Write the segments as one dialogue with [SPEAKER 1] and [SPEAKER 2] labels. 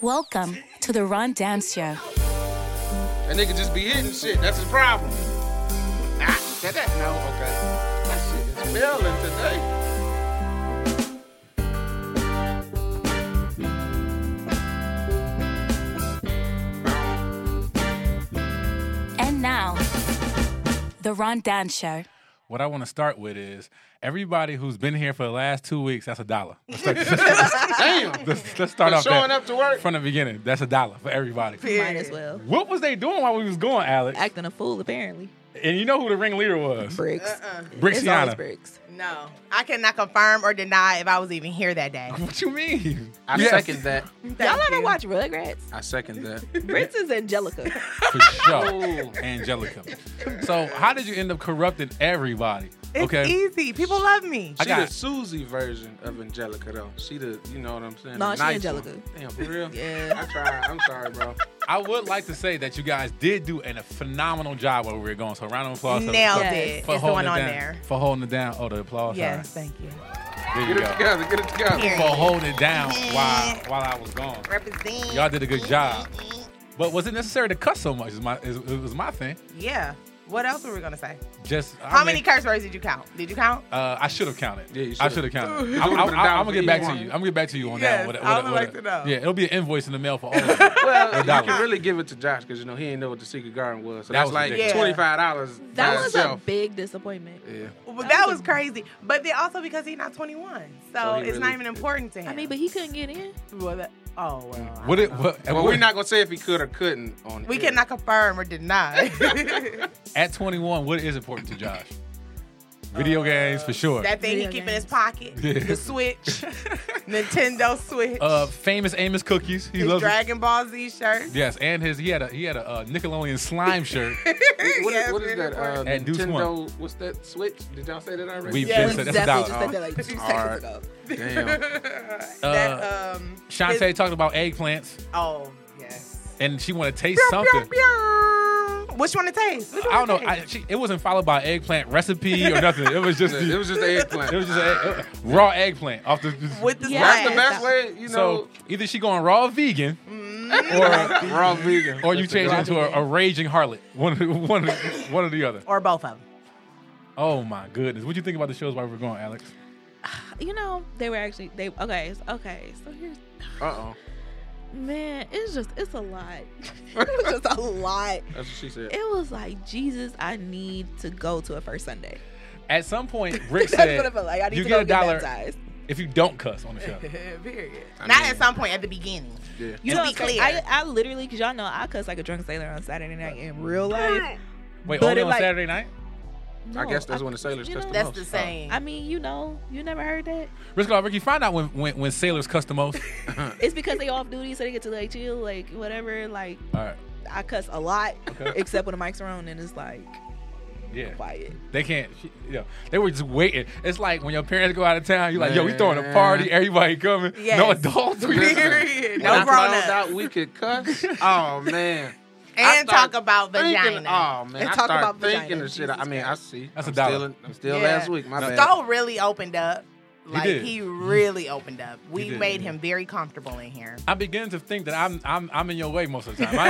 [SPEAKER 1] Welcome to the Ron Dance Show.
[SPEAKER 2] That nigga just be hitting shit. That's his problem. Ah, that, that, no, okay. That shit is failing today.
[SPEAKER 1] And now, the Ron Dance Show.
[SPEAKER 3] What I want to start with is everybody who's been here for the last two weeks. That's a dollar. Let's start,
[SPEAKER 2] Damn.
[SPEAKER 3] let's, let's start
[SPEAKER 2] For
[SPEAKER 3] off that.
[SPEAKER 2] showing up to work.
[SPEAKER 3] from the beginning. That's a dollar for everybody.
[SPEAKER 4] Might as well.
[SPEAKER 3] What was they doing while we was going, Alex?
[SPEAKER 4] Acting a fool, apparently.
[SPEAKER 3] and you know who the ringleader was?
[SPEAKER 4] Bricks. It's always
[SPEAKER 3] Brixiana.
[SPEAKER 4] bricks.
[SPEAKER 5] No, I cannot confirm or deny if I was even here that day.
[SPEAKER 3] What you mean?
[SPEAKER 2] I
[SPEAKER 3] Yes,
[SPEAKER 2] second that.
[SPEAKER 4] Y'all ever watch Rugrats?
[SPEAKER 2] I second that.
[SPEAKER 4] Bricks is Angelica.
[SPEAKER 3] for sure. Angelica. So how did you end up corrupting everybody?
[SPEAKER 5] It's easy. People love me.
[SPEAKER 3] I
[SPEAKER 2] She
[SPEAKER 3] got-
[SPEAKER 2] the Susie version of Angelica though. She the, you know what I'm saying?
[SPEAKER 4] No,
[SPEAKER 2] the
[SPEAKER 4] she
[SPEAKER 2] nice
[SPEAKER 4] Angelica.
[SPEAKER 2] one. Damn, for real.
[SPEAKER 4] Yeah.
[SPEAKER 2] I tried. I'm sorry, bro.
[SPEAKER 3] I would like to say that you guys did do an- a phenomenal job while we were going. So round of applause for-
[SPEAKER 5] Nailed
[SPEAKER 3] for,
[SPEAKER 4] Yes.
[SPEAKER 5] it.
[SPEAKER 3] for
[SPEAKER 5] It's
[SPEAKER 3] holding
[SPEAKER 5] going
[SPEAKER 3] it
[SPEAKER 5] on
[SPEAKER 3] down.
[SPEAKER 5] there.
[SPEAKER 3] For holding it down. Oh, the applause.
[SPEAKER 5] Yes,
[SPEAKER 3] All right.
[SPEAKER 5] thank you.
[SPEAKER 3] There you
[SPEAKER 2] Get it
[SPEAKER 3] go.
[SPEAKER 2] together. Get it together.
[SPEAKER 5] Here.
[SPEAKER 3] For holding it down
[SPEAKER 5] Mm-hmm.
[SPEAKER 3] while while I was gone.
[SPEAKER 5] Represent.
[SPEAKER 3] Y'all did a good job.
[SPEAKER 5] Mm-hmm.
[SPEAKER 3] But was it necessary to cuss so much? Is my is, it was my thing.
[SPEAKER 5] Yeah. What else were we gonna say?
[SPEAKER 3] Just
[SPEAKER 5] How many curse words did you count? Did you count?
[SPEAKER 3] Uh, I should have counted.
[SPEAKER 2] Yeah, you
[SPEAKER 3] I should
[SPEAKER 2] should've.
[SPEAKER 3] have counted.
[SPEAKER 2] You
[SPEAKER 3] I'm,
[SPEAKER 2] would've
[SPEAKER 3] I'm,
[SPEAKER 2] been down
[SPEAKER 3] I'm
[SPEAKER 2] for
[SPEAKER 3] gonna get
[SPEAKER 2] each
[SPEAKER 3] back
[SPEAKER 2] one.
[SPEAKER 3] to you. I'm gonna get back to you on
[SPEAKER 5] Yes,
[SPEAKER 3] that. one. With-
[SPEAKER 5] I
[SPEAKER 3] with-
[SPEAKER 5] would
[SPEAKER 3] with-
[SPEAKER 5] like to know.
[SPEAKER 3] Yeah, it'll be an invoice in the mail for all of them.
[SPEAKER 2] Well,
[SPEAKER 3] dollar.
[SPEAKER 2] you can really give it to Josh because you know he didn't know what the secret garden was. So
[SPEAKER 3] That
[SPEAKER 2] that's
[SPEAKER 3] was
[SPEAKER 2] like
[SPEAKER 5] ridiculous.
[SPEAKER 2] twenty five dollars.
[SPEAKER 4] That was
[SPEAKER 2] itself.
[SPEAKER 4] a big disappointment.
[SPEAKER 2] Yeah.
[SPEAKER 5] Well, that
[SPEAKER 4] That
[SPEAKER 5] was
[SPEAKER 4] was
[SPEAKER 5] crazy. But then also because he's not 21, so,
[SPEAKER 2] So he
[SPEAKER 5] it's
[SPEAKER 2] really-
[SPEAKER 5] not even important to him.
[SPEAKER 4] I mean, but he couldn't get in.
[SPEAKER 5] well, that, oh well.
[SPEAKER 3] What it? What,
[SPEAKER 2] Well, we're not gonna say if he could or couldn't on.
[SPEAKER 5] We
[SPEAKER 2] air.
[SPEAKER 5] cannot confirm or deny.
[SPEAKER 3] at 21. What is important to Josh? Video games for sure.
[SPEAKER 5] Uh, that thing he
[SPEAKER 4] Video
[SPEAKER 5] keep in
[SPEAKER 4] games.
[SPEAKER 5] his pocket, the Switch, Nintendo Switch,
[SPEAKER 3] uh, famous Amos cookies. He
[SPEAKER 5] his
[SPEAKER 3] loves. it.
[SPEAKER 5] Dragon Ball Z shirt.
[SPEAKER 3] Yes, and his he had a he had a uh, Nickelodeon slime shirt.
[SPEAKER 2] What- what is-
[SPEAKER 5] Yes,
[SPEAKER 2] what is that? Uh,
[SPEAKER 3] At Deuce
[SPEAKER 2] Nintendo. What's that? Switch? Did y'all say that already?
[SPEAKER 3] We've
[SPEAKER 5] Yeah,
[SPEAKER 3] been said that's a
[SPEAKER 4] Exactly,
[SPEAKER 3] dollar.
[SPEAKER 4] just said that like two
[SPEAKER 2] All
[SPEAKER 4] seconds
[SPEAKER 2] right.
[SPEAKER 4] ago.
[SPEAKER 2] Damn.
[SPEAKER 3] Uh,
[SPEAKER 5] that um
[SPEAKER 3] Shantae
[SPEAKER 5] his-
[SPEAKER 3] talked about eggplants,
[SPEAKER 5] oh yes
[SPEAKER 3] and she want to taste something.
[SPEAKER 5] which one to taste Which one
[SPEAKER 3] I don't
[SPEAKER 5] to
[SPEAKER 3] know. I,
[SPEAKER 5] taste?
[SPEAKER 3] she, it wasn't followed by eggplant recipe or nothing. It was just
[SPEAKER 2] it was just the eggplant.
[SPEAKER 3] It was just a, raw eggplant off the.
[SPEAKER 5] with the
[SPEAKER 4] Yeah.
[SPEAKER 5] slice.
[SPEAKER 2] that's the best way, you know.
[SPEAKER 3] so either she going raw vegan,
[SPEAKER 4] Mm.
[SPEAKER 2] raw vegan.
[SPEAKER 3] or you
[SPEAKER 2] That's the
[SPEAKER 3] change
[SPEAKER 2] good
[SPEAKER 3] her into a, a raging harlot. One, of the- one, of the- one or the other.
[SPEAKER 5] or both of them
[SPEAKER 3] Oh my goodness! What do you think about the shows while we're going, Alex?
[SPEAKER 4] You know, they were actually they okay, so- okay. So here's
[SPEAKER 2] one. Uh-oh.
[SPEAKER 4] man, it's just it's a lot. it's just a lot.
[SPEAKER 2] That's what she said.
[SPEAKER 4] It was like Jesus, I need to go to a first Sunday.
[SPEAKER 3] At some point, Rick
[SPEAKER 4] That's what
[SPEAKER 3] said,
[SPEAKER 4] I felt like. I need
[SPEAKER 3] "You
[SPEAKER 4] to
[SPEAKER 3] get
[SPEAKER 4] go
[SPEAKER 3] a dollar
[SPEAKER 4] baptized.
[SPEAKER 3] if you don't cuss on the show."
[SPEAKER 5] period
[SPEAKER 2] I
[SPEAKER 5] not
[SPEAKER 2] mean-
[SPEAKER 5] at some point at the beginning
[SPEAKER 2] Yeah.
[SPEAKER 4] You
[SPEAKER 5] To
[SPEAKER 4] know,
[SPEAKER 5] be
[SPEAKER 4] what's crazy?
[SPEAKER 5] clear.
[SPEAKER 4] I, I literally, because y'all know I cuss like a drunk sailor on Saturday night in real life.
[SPEAKER 3] Wait,
[SPEAKER 4] But
[SPEAKER 3] only
[SPEAKER 4] it
[SPEAKER 3] on
[SPEAKER 4] like-
[SPEAKER 3] Saturday night?
[SPEAKER 2] I
[SPEAKER 4] No,
[SPEAKER 2] guess that's when the sailors
[SPEAKER 4] you
[SPEAKER 2] touch
[SPEAKER 4] know,
[SPEAKER 2] the
[SPEAKER 5] that's
[SPEAKER 2] most.
[SPEAKER 5] the same
[SPEAKER 4] I mean, you know, you never heard that.
[SPEAKER 3] Rick, call Ricky, find out when when, when sailors cuss the most.
[SPEAKER 4] It's because they off duty, so they get to like chill, like whatever. Like
[SPEAKER 3] All right,
[SPEAKER 4] I cuss a lot,
[SPEAKER 3] Okay.
[SPEAKER 4] except when the mics are on, and it's like
[SPEAKER 3] yeah,
[SPEAKER 4] quiet.
[SPEAKER 3] they can't. She, yeah, they were just waiting. It's like when your parents go out of town, you're like, "Yo, we throwing a
[SPEAKER 2] Man.
[SPEAKER 3] party, everybody coming, no
[SPEAKER 5] Yes.
[SPEAKER 3] adults." we just-
[SPEAKER 2] When
[SPEAKER 5] period no
[SPEAKER 2] I
[SPEAKER 5] grown
[SPEAKER 2] found
[SPEAKER 5] up
[SPEAKER 2] out we could cuss. Oh man. I
[SPEAKER 5] and
[SPEAKER 2] start
[SPEAKER 5] talk about
[SPEAKER 2] Thinking,
[SPEAKER 5] vagina
[SPEAKER 2] oh man,
[SPEAKER 4] And
[SPEAKER 2] I
[SPEAKER 4] talk
[SPEAKER 2] start
[SPEAKER 4] about vagina,
[SPEAKER 2] thinking the shit. I
[SPEAKER 4] Jesus
[SPEAKER 2] mean, I
[SPEAKER 4] Christ.
[SPEAKER 2] see.
[SPEAKER 3] That's a
[SPEAKER 2] I'm
[SPEAKER 3] dollar.
[SPEAKER 2] Still, in- I'm still
[SPEAKER 5] Yeah.
[SPEAKER 2] last week. My bad.
[SPEAKER 5] Skull really opened up like
[SPEAKER 3] did.
[SPEAKER 5] he really opened up we
[SPEAKER 3] did.
[SPEAKER 5] made him very comfortable in here
[SPEAKER 3] I begin to think that I'm I'm I'm in your way most of the time. I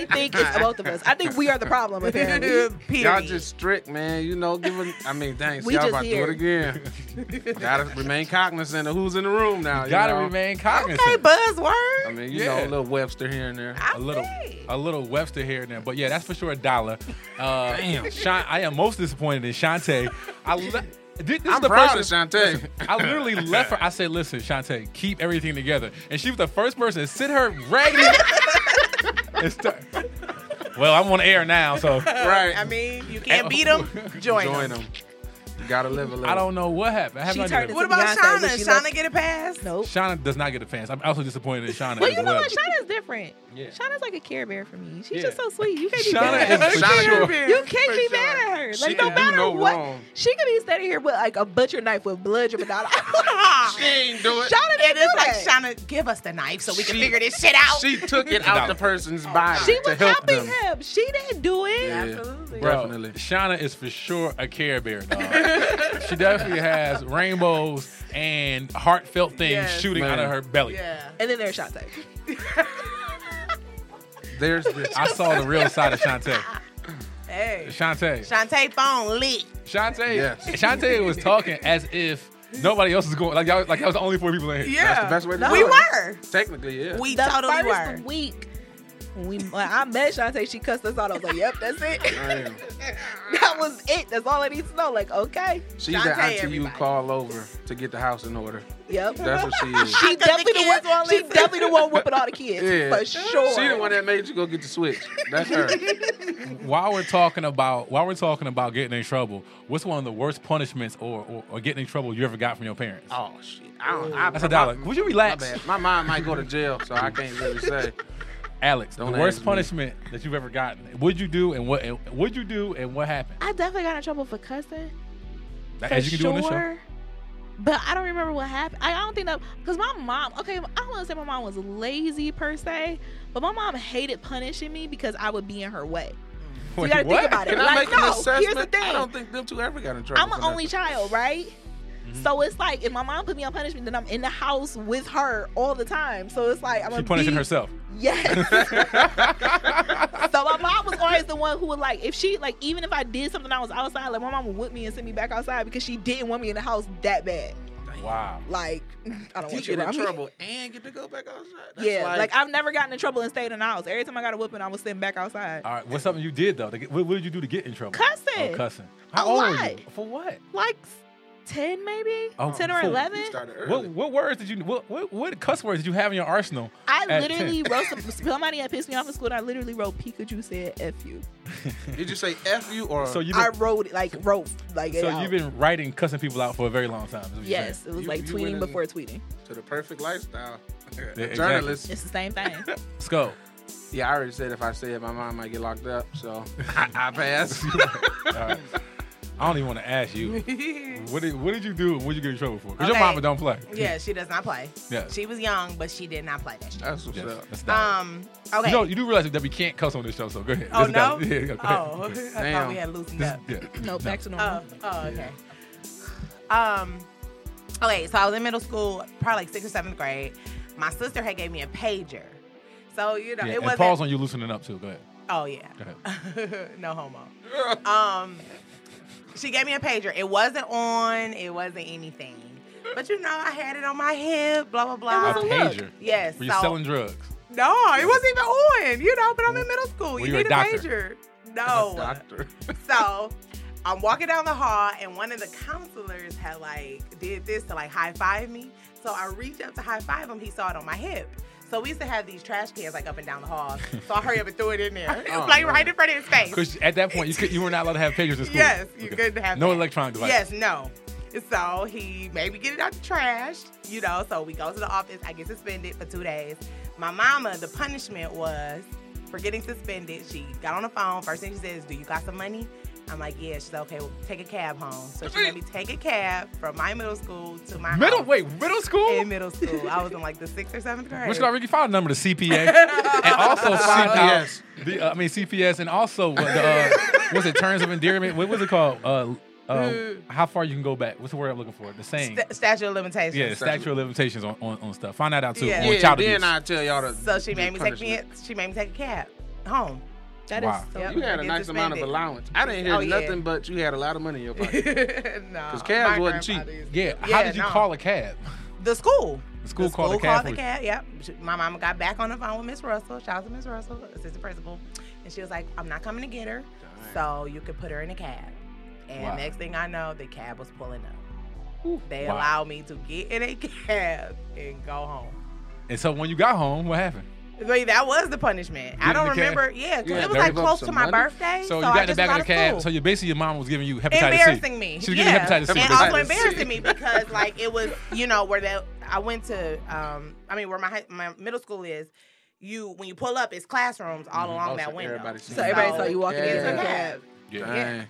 [SPEAKER 3] ain't gonna-
[SPEAKER 4] I think it's both of us. I think we are the problem. Apparently,
[SPEAKER 2] Y'all
[SPEAKER 5] Period.
[SPEAKER 2] just strict, man. You know, giving. I mean, thanks.
[SPEAKER 4] We
[SPEAKER 2] Y'all
[SPEAKER 4] just
[SPEAKER 2] about to do it again. Gotta remain cognizant of who's in the room now. you
[SPEAKER 3] gotta
[SPEAKER 2] know?
[SPEAKER 3] remain
[SPEAKER 5] okay
[SPEAKER 3] cognizant.
[SPEAKER 5] buzzword
[SPEAKER 2] I mean, you
[SPEAKER 3] Yeah.
[SPEAKER 2] know, a little Webster here and there.
[SPEAKER 5] I
[SPEAKER 3] a little,
[SPEAKER 5] see.
[SPEAKER 3] a little Webster here and there, but yeah, that's for sure a dollar. Uh, Damn, Shan- I am most disappointed in Shantae. I le- this, this is
[SPEAKER 2] I'm
[SPEAKER 3] the
[SPEAKER 2] proud
[SPEAKER 3] person,
[SPEAKER 2] of Shantae.
[SPEAKER 3] I literally left her. I said, "Listen, Shantae, keep everything together," and she was the first person to sit her raggedy. and start- well, I'm on air now, so
[SPEAKER 2] right.
[SPEAKER 5] I mean, you can't beat them. Join,
[SPEAKER 2] join
[SPEAKER 5] them.
[SPEAKER 2] them. You gotta live a little.
[SPEAKER 3] I don't know what happened. I have
[SPEAKER 4] She
[SPEAKER 3] no idea.
[SPEAKER 4] turned
[SPEAKER 5] What
[SPEAKER 4] To
[SPEAKER 5] about
[SPEAKER 4] Beyonce,
[SPEAKER 5] Shauna?
[SPEAKER 4] when she
[SPEAKER 5] Shauna
[SPEAKER 4] left-
[SPEAKER 5] get a pass?
[SPEAKER 4] nope.
[SPEAKER 3] Shauna does not get a fans. I'm also disappointed in Shauna
[SPEAKER 4] Well,
[SPEAKER 3] as
[SPEAKER 4] you know
[SPEAKER 3] well.
[SPEAKER 4] what? Shauna's different.
[SPEAKER 3] Yeah.
[SPEAKER 4] Shauna's like a care bear for me. She's
[SPEAKER 3] Yeah.
[SPEAKER 4] just so sweet. You can't be
[SPEAKER 3] Shauna
[SPEAKER 4] mad at
[SPEAKER 3] is
[SPEAKER 4] her.
[SPEAKER 3] for
[SPEAKER 2] Shauna
[SPEAKER 3] sure.
[SPEAKER 2] Bear.
[SPEAKER 4] You can't be
[SPEAKER 2] sure.
[SPEAKER 4] mad at her.
[SPEAKER 2] She
[SPEAKER 4] Like
[SPEAKER 2] can
[SPEAKER 4] no
[SPEAKER 2] do
[SPEAKER 4] matter
[SPEAKER 2] no
[SPEAKER 4] what,
[SPEAKER 2] wrong.
[SPEAKER 4] she could be standing here with like a butcher knife with blood dripping out.
[SPEAKER 2] She ain't do it.
[SPEAKER 4] Shauna
[SPEAKER 5] It
[SPEAKER 4] didn't
[SPEAKER 5] is
[SPEAKER 4] do
[SPEAKER 5] like
[SPEAKER 4] that.
[SPEAKER 5] trying to give us the knife so we can
[SPEAKER 2] She-
[SPEAKER 5] figure this shit out.
[SPEAKER 2] She took it out the person's body
[SPEAKER 4] She
[SPEAKER 2] to
[SPEAKER 4] was
[SPEAKER 2] help
[SPEAKER 4] helping
[SPEAKER 2] them.
[SPEAKER 4] him. She didn't do it.
[SPEAKER 2] Yeah,
[SPEAKER 5] Absolutely.
[SPEAKER 3] Bro,
[SPEAKER 2] Definitely.
[SPEAKER 3] Shauna is for sure a care bear, dog. she definitely has rainbows and heartfelt things
[SPEAKER 5] Yes.
[SPEAKER 3] shooting out of
[SPEAKER 2] Man.
[SPEAKER 3] her belly.
[SPEAKER 5] yeah.
[SPEAKER 4] And then there's Shantae.
[SPEAKER 2] There's this.
[SPEAKER 3] I saw the real side of Shantae.
[SPEAKER 5] Hey.
[SPEAKER 3] Shantae.
[SPEAKER 5] Shantae phone lit.
[SPEAKER 3] Shantae.
[SPEAKER 2] Yes.
[SPEAKER 3] Shantae was talking as if nobody else was going. Like y'all, like y'all was the only four people in here.
[SPEAKER 2] That's the best way to
[SPEAKER 5] We
[SPEAKER 2] do it.
[SPEAKER 5] were.
[SPEAKER 2] Technically, yeah.
[SPEAKER 5] We
[SPEAKER 4] The
[SPEAKER 5] totally
[SPEAKER 4] first
[SPEAKER 5] were.
[SPEAKER 4] week when we when I met Shantae, she cussed us out. I was like, "Yep, that's it.
[SPEAKER 2] Damn.
[SPEAKER 4] that was it. That's all I need to know." Like, okay,
[SPEAKER 2] She's
[SPEAKER 5] Shantae,
[SPEAKER 2] the auntie you
[SPEAKER 5] everybody.
[SPEAKER 2] call over to get the house in order.
[SPEAKER 4] yep.
[SPEAKER 2] That's what she is.
[SPEAKER 4] She
[SPEAKER 5] the
[SPEAKER 4] definitely the
[SPEAKER 5] kids
[SPEAKER 4] one.
[SPEAKER 5] won't
[SPEAKER 4] She
[SPEAKER 5] listen.
[SPEAKER 4] definitely the one whipping all the kids
[SPEAKER 2] Yeah.
[SPEAKER 4] for sure.
[SPEAKER 2] She the one that made you go get the switch. That's her.
[SPEAKER 3] While we're talking about while we're talking about getting in trouble, what's one of the worst punishments or or, or getting in trouble you ever got from your parents?
[SPEAKER 2] oh shit. I don't. I,
[SPEAKER 3] That's a dollar.
[SPEAKER 2] My,
[SPEAKER 3] Would you
[SPEAKER 2] my
[SPEAKER 3] relax,
[SPEAKER 2] bad. My mom might go to jail, so I can't really say.
[SPEAKER 3] Alex?
[SPEAKER 2] Don't
[SPEAKER 3] the worst
[SPEAKER 2] ask me.
[SPEAKER 3] punishment that you've ever gotten. Would you do and what? And, would you do and what happened?
[SPEAKER 4] I definitely got in trouble for cussing.
[SPEAKER 3] That-
[SPEAKER 4] for
[SPEAKER 3] As you can do on
[SPEAKER 4] sure.
[SPEAKER 3] this show.
[SPEAKER 4] But I don't remember what happened. I don't think that because my mom. Okay, I don't want to say my mom was lazy per se, but my mom hated punishing me because I would be in her way. So you
[SPEAKER 3] Wait,
[SPEAKER 4] gotta
[SPEAKER 3] what?
[SPEAKER 4] think about it.
[SPEAKER 2] Can I
[SPEAKER 4] like,
[SPEAKER 2] make
[SPEAKER 4] no,
[SPEAKER 2] an assessment?
[SPEAKER 4] here's the thing.
[SPEAKER 2] I don't think them two ever got in trouble.
[SPEAKER 4] I'm
[SPEAKER 2] for
[SPEAKER 4] an
[SPEAKER 2] nothing.
[SPEAKER 4] only child, right?
[SPEAKER 3] Mm-hmm.
[SPEAKER 4] So it's like if my mom put me on punishment, then I'm in the house with her all the time. So it's like I'm
[SPEAKER 3] She
[SPEAKER 4] gonna
[SPEAKER 3] punishing
[SPEAKER 4] be-
[SPEAKER 3] herself.
[SPEAKER 4] Yes. so my mom was always the one who would like if she like even if I did something I was outside, like my mom would whip me and send me back outside because she didn't want me in the house that bad.
[SPEAKER 3] Wow.
[SPEAKER 4] Like I don't
[SPEAKER 2] You
[SPEAKER 4] want you
[SPEAKER 2] get in
[SPEAKER 4] around me.
[SPEAKER 2] trouble and get to go back outside. That's
[SPEAKER 4] Yeah, like, I've never gotten in trouble and stayed in the house. Every time I got a whipping, I was sitting back outside.
[SPEAKER 2] Uh,
[SPEAKER 3] All right. What's something you did though? To get- What, what did you do to get in trouble?
[SPEAKER 4] Cussing.
[SPEAKER 3] Oh, cussing.
[SPEAKER 4] A
[SPEAKER 3] How old were you?
[SPEAKER 4] lot.
[SPEAKER 3] For what?
[SPEAKER 4] like s- ten maybe?
[SPEAKER 3] Oh,
[SPEAKER 4] ten or
[SPEAKER 3] fool.
[SPEAKER 4] eleven?
[SPEAKER 2] you started early.
[SPEAKER 3] What, what words did you? What, what what cuss words did you have in your arsenal?
[SPEAKER 4] I
[SPEAKER 3] at
[SPEAKER 4] literally wrote some, somebody had pissed me off in school and I literally wrote Pikachu said F you.
[SPEAKER 2] Did you say F you or
[SPEAKER 3] So you
[SPEAKER 4] I
[SPEAKER 3] been,
[SPEAKER 4] wrote it like wrote like it
[SPEAKER 3] so
[SPEAKER 4] out.
[SPEAKER 3] you've been writing cussing people out for a very long time. is what you're
[SPEAKER 4] Yes,
[SPEAKER 3] saying.
[SPEAKER 4] it was
[SPEAKER 2] You-
[SPEAKER 4] like
[SPEAKER 2] you went
[SPEAKER 4] tweeting
[SPEAKER 2] in-
[SPEAKER 4] before tweeting.
[SPEAKER 2] to the perfect lifestyle?
[SPEAKER 3] exactly.
[SPEAKER 2] Journalist.
[SPEAKER 4] It's the same thing.
[SPEAKER 3] Let's go.
[SPEAKER 2] Yeah, I already said if I say it, my mom might get locked up, so I, I pass.
[SPEAKER 3] All right. I don't even want to ask you. What did what did you do? and What did you get in trouble for? Because your
[SPEAKER 5] Okay.
[SPEAKER 3] mama don't play.
[SPEAKER 5] yeah, she does not play.
[SPEAKER 3] Yeah.
[SPEAKER 5] She was young, but she did not play that shit.
[SPEAKER 2] That's what's
[SPEAKER 3] Yes,
[SPEAKER 2] up.
[SPEAKER 3] that's not-
[SPEAKER 5] Um, okay.
[SPEAKER 3] You know, you do realize that we can't cuss on this show, so go ahead.
[SPEAKER 5] oh,
[SPEAKER 3] This
[SPEAKER 5] no?
[SPEAKER 3] is- Yeah, go
[SPEAKER 5] oh,
[SPEAKER 3] ahead.
[SPEAKER 5] I thought we
[SPEAKER 2] Damn.
[SPEAKER 5] had loosened
[SPEAKER 3] This-
[SPEAKER 5] up.
[SPEAKER 3] yeah.
[SPEAKER 4] no, back to normal.
[SPEAKER 5] Oh, oh, okay. Um, okay, so I was in middle school, probably like sixth or seventh grade. My sister had gave me a pager. So, you know,
[SPEAKER 3] Yeah,
[SPEAKER 5] it
[SPEAKER 3] and
[SPEAKER 5] wasn't.
[SPEAKER 3] pause on you loosening up too. Go ahead.
[SPEAKER 5] oh, yeah.
[SPEAKER 3] Go ahead.
[SPEAKER 5] no homo. Um, she gave me a pager. It wasn't on. It wasn't anything. But you know, I had it on my hip. Blah blah
[SPEAKER 3] A
[SPEAKER 5] blah.
[SPEAKER 4] was a look.
[SPEAKER 3] pager.
[SPEAKER 5] Yes,
[SPEAKER 3] Were you
[SPEAKER 5] so-
[SPEAKER 3] selling drugs?
[SPEAKER 5] no, it wasn't even on. You know, but I'm in middle school.
[SPEAKER 3] Well,
[SPEAKER 5] you
[SPEAKER 3] you're
[SPEAKER 5] need
[SPEAKER 3] a
[SPEAKER 5] a,
[SPEAKER 3] doctor.
[SPEAKER 5] pager.
[SPEAKER 4] Oh.
[SPEAKER 5] No.
[SPEAKER 2] Doctor.
[SPEAKER 5] so I'm walking down the hall, and one of the counselors had like did this to like high five me. So I reached up to high five him. He saw it on my hip. So we used to have these trash cans like up and down the hall. So I hurry up and threw it in there. It
[SPEAKER 2] Oh,
[SPEAKER 5] was like
[SPEAKER 2] man.
[SPEAKER 5] right in front of his face.
[SPEAKER 3] Because at that point, you could, you were not allowed to have pagers in school.
[SPEAKER 5] Yes, you couldn't have
[SPEAKER 3] no
[SPEAKER 5] that.
[SPEAKER 3] electronic device.
[SPEAKER 5] Yes, no. So he made me get it out the trash, you know. So we go to the office. I get suspended for two days. My mama, the punishment was for getting suspended. She got on the phone. First thing she says, "Do you got some money?" I'm like, "Yeah." She's like, "Okay, well, take a cab home." So she made me take a cab from my middle school to my
[SPEAKER 3] Middle
[SPEAKER 5] house
[SPEAKER 3] wait, middle school.
[SPEAKER 5] In middle school, I was in like the sixth or seventh grade.
[SPEAKER 3] Which could already file number to CPA and also find out
[SPEAKER 2] CPS.
[SPEAKER 3] the uh, I mean CPS and also what the uh, what's it terms of endearment? What was it called? Uh, uh,
[SPEAKER 5] Mm.
[SPEAKER 3] how far you can go back? What's the word I'm looking for? The saying.
[SPEAKER 5] St- statute of limitations.
[SPEAKER 3] yeah, statute of limitations on, on, on stuff. Find that out too.
[SPEAKER 5] Yeah.
[SPEAKER 3] On
[SPEAKER 2] Yeah,
[SPEAKER 3] child
[SPEAKER 2] then
[SPEAKER 3] abuse.
[SPEAKER 2] I tell y'all to.
[SPEAKER 5] So she
[SPEAKER 2] do
[SPEAKER 5] made me take me.
[SPEAKER 2] punishment.
[SPEAKER 5] She made me take a cab home.
[SPEAKER 4] That is
[SPEAKER 3] Wow.
[SPEAKER 4] so
[SPEAKER 5] Yep.
[SPEAKER 2] You had a
[SPEAKER 5] Get
[SPEAKER 2] nice amount of
[SPEAKER 5] suspended.
[SPEAKER 2] allowance. I didn't hear
[SPEAKER 5] Oh, yeah.
[SPEAKER 2] nothing, but you had a lot of money in your
[SPEAKER 5] no,
[SPEAKER 2] pocket.
[SPEAKER 5] because
[SPEAKER 2] cabs wasn't cheap.
[SPEAKER 3] yeah. How
[SPEAKER 5] Yeah,
[SPEAKER 3] did you
[SPEAKER 5] no.
[SPEAKER 3] call a cab?
[SPEAKER 5] The school.
[SPEAKER 3] The school
[SPEAKER 5] the
[SPEAKER 3] called
[SPEAKER 5] school
[SPEAKER 3] the cab
[SPEAKER 5] called
[SPEAKER 3] for
[SPEAKER 5] the
[SPEAKER 3] you.
[SPEAKER 5] cab. Yep. She- My mama got back on the phone with Miss Russell. Shout out to Miss Russell, assistant principal, and she was like, "I'm not coming to get her, so you could put her in a cab." And
[SPEAKER 3] Wow.
[SPEAKER 5] next thing I know, the cab was pulling up. They
[SPEAKER 3] Wow.
[SPEAKER 5] allowed me to get in a cab and go home.
[SPEAKER 3] And so when you got home, what happened?
[SPEAKER 5] But that was the punishment.
[SPEAKER 3] Get
[SPEAKER 5] I
[SPEAKER 3] in
[SPEAKER 5] don't
[SPEAKER 3] the cab.
[SPEAKER 5] remember. Yeah, 'cause
[SPEAKER 2] You had
[SPEAKER 5] it was
[SPEAKER 2] to
[SPEAKER 5] like
[SPEAKER 2] give up
[SPEAKER 5] close to
[SPEAKER 2] some
[SPEAKER 5] my
[SPEAKER 2] money?
[SPEAKER 5] birthday.
[SPEAKER 3] So you
[SPEAKER 5] I
[SPEAKER 3] got in the
[SPEAKER 5] just
[SPEAKER 3] back
[SPEAKER 5] was
[SPEAKER 3] of the
[SPEAKER 5] out
[SPEAKER 3] cab.
[SPEAKER 5] school.
[SPEAKER 3] So you basically your mom was giving you hepatitis
[SPEAKER 5] embarrassing
[SPEAKER 3] C.
[SPEAKER 5] me.
[SPEAKER 3] She was giving
[SPEAKER 5] yeah.
[SPEAKER 3] you hepatitis C.
[SPEAKER 5] And
[SPEAKER 2] Hepatitis
[SPEAKER 5] also
[SPEAKER 2] C.
[SPEAKER 5] embarrassing me because like it was, you know, where that I went to um I mean where my high, my middle school is, you when you pull up it's classrooms all along
[SPEAKER 2] Oh, so
[SPEAKER 5] that window.
[SPEAKER 2] everybody sees
[SPEAKER 4] So everybody saw you walking
[SPEAKER 5] it's
[SPEAKER 4] in
[SPEAKER 5] a
[SPEAKER 4] the
[SPEAKER 2] Yeah.
[SPEAKER 4] cab.
[SPEAKER 5] cab.
[SPEAKER 3] Yeah.
[SPEAKER 2] Dang.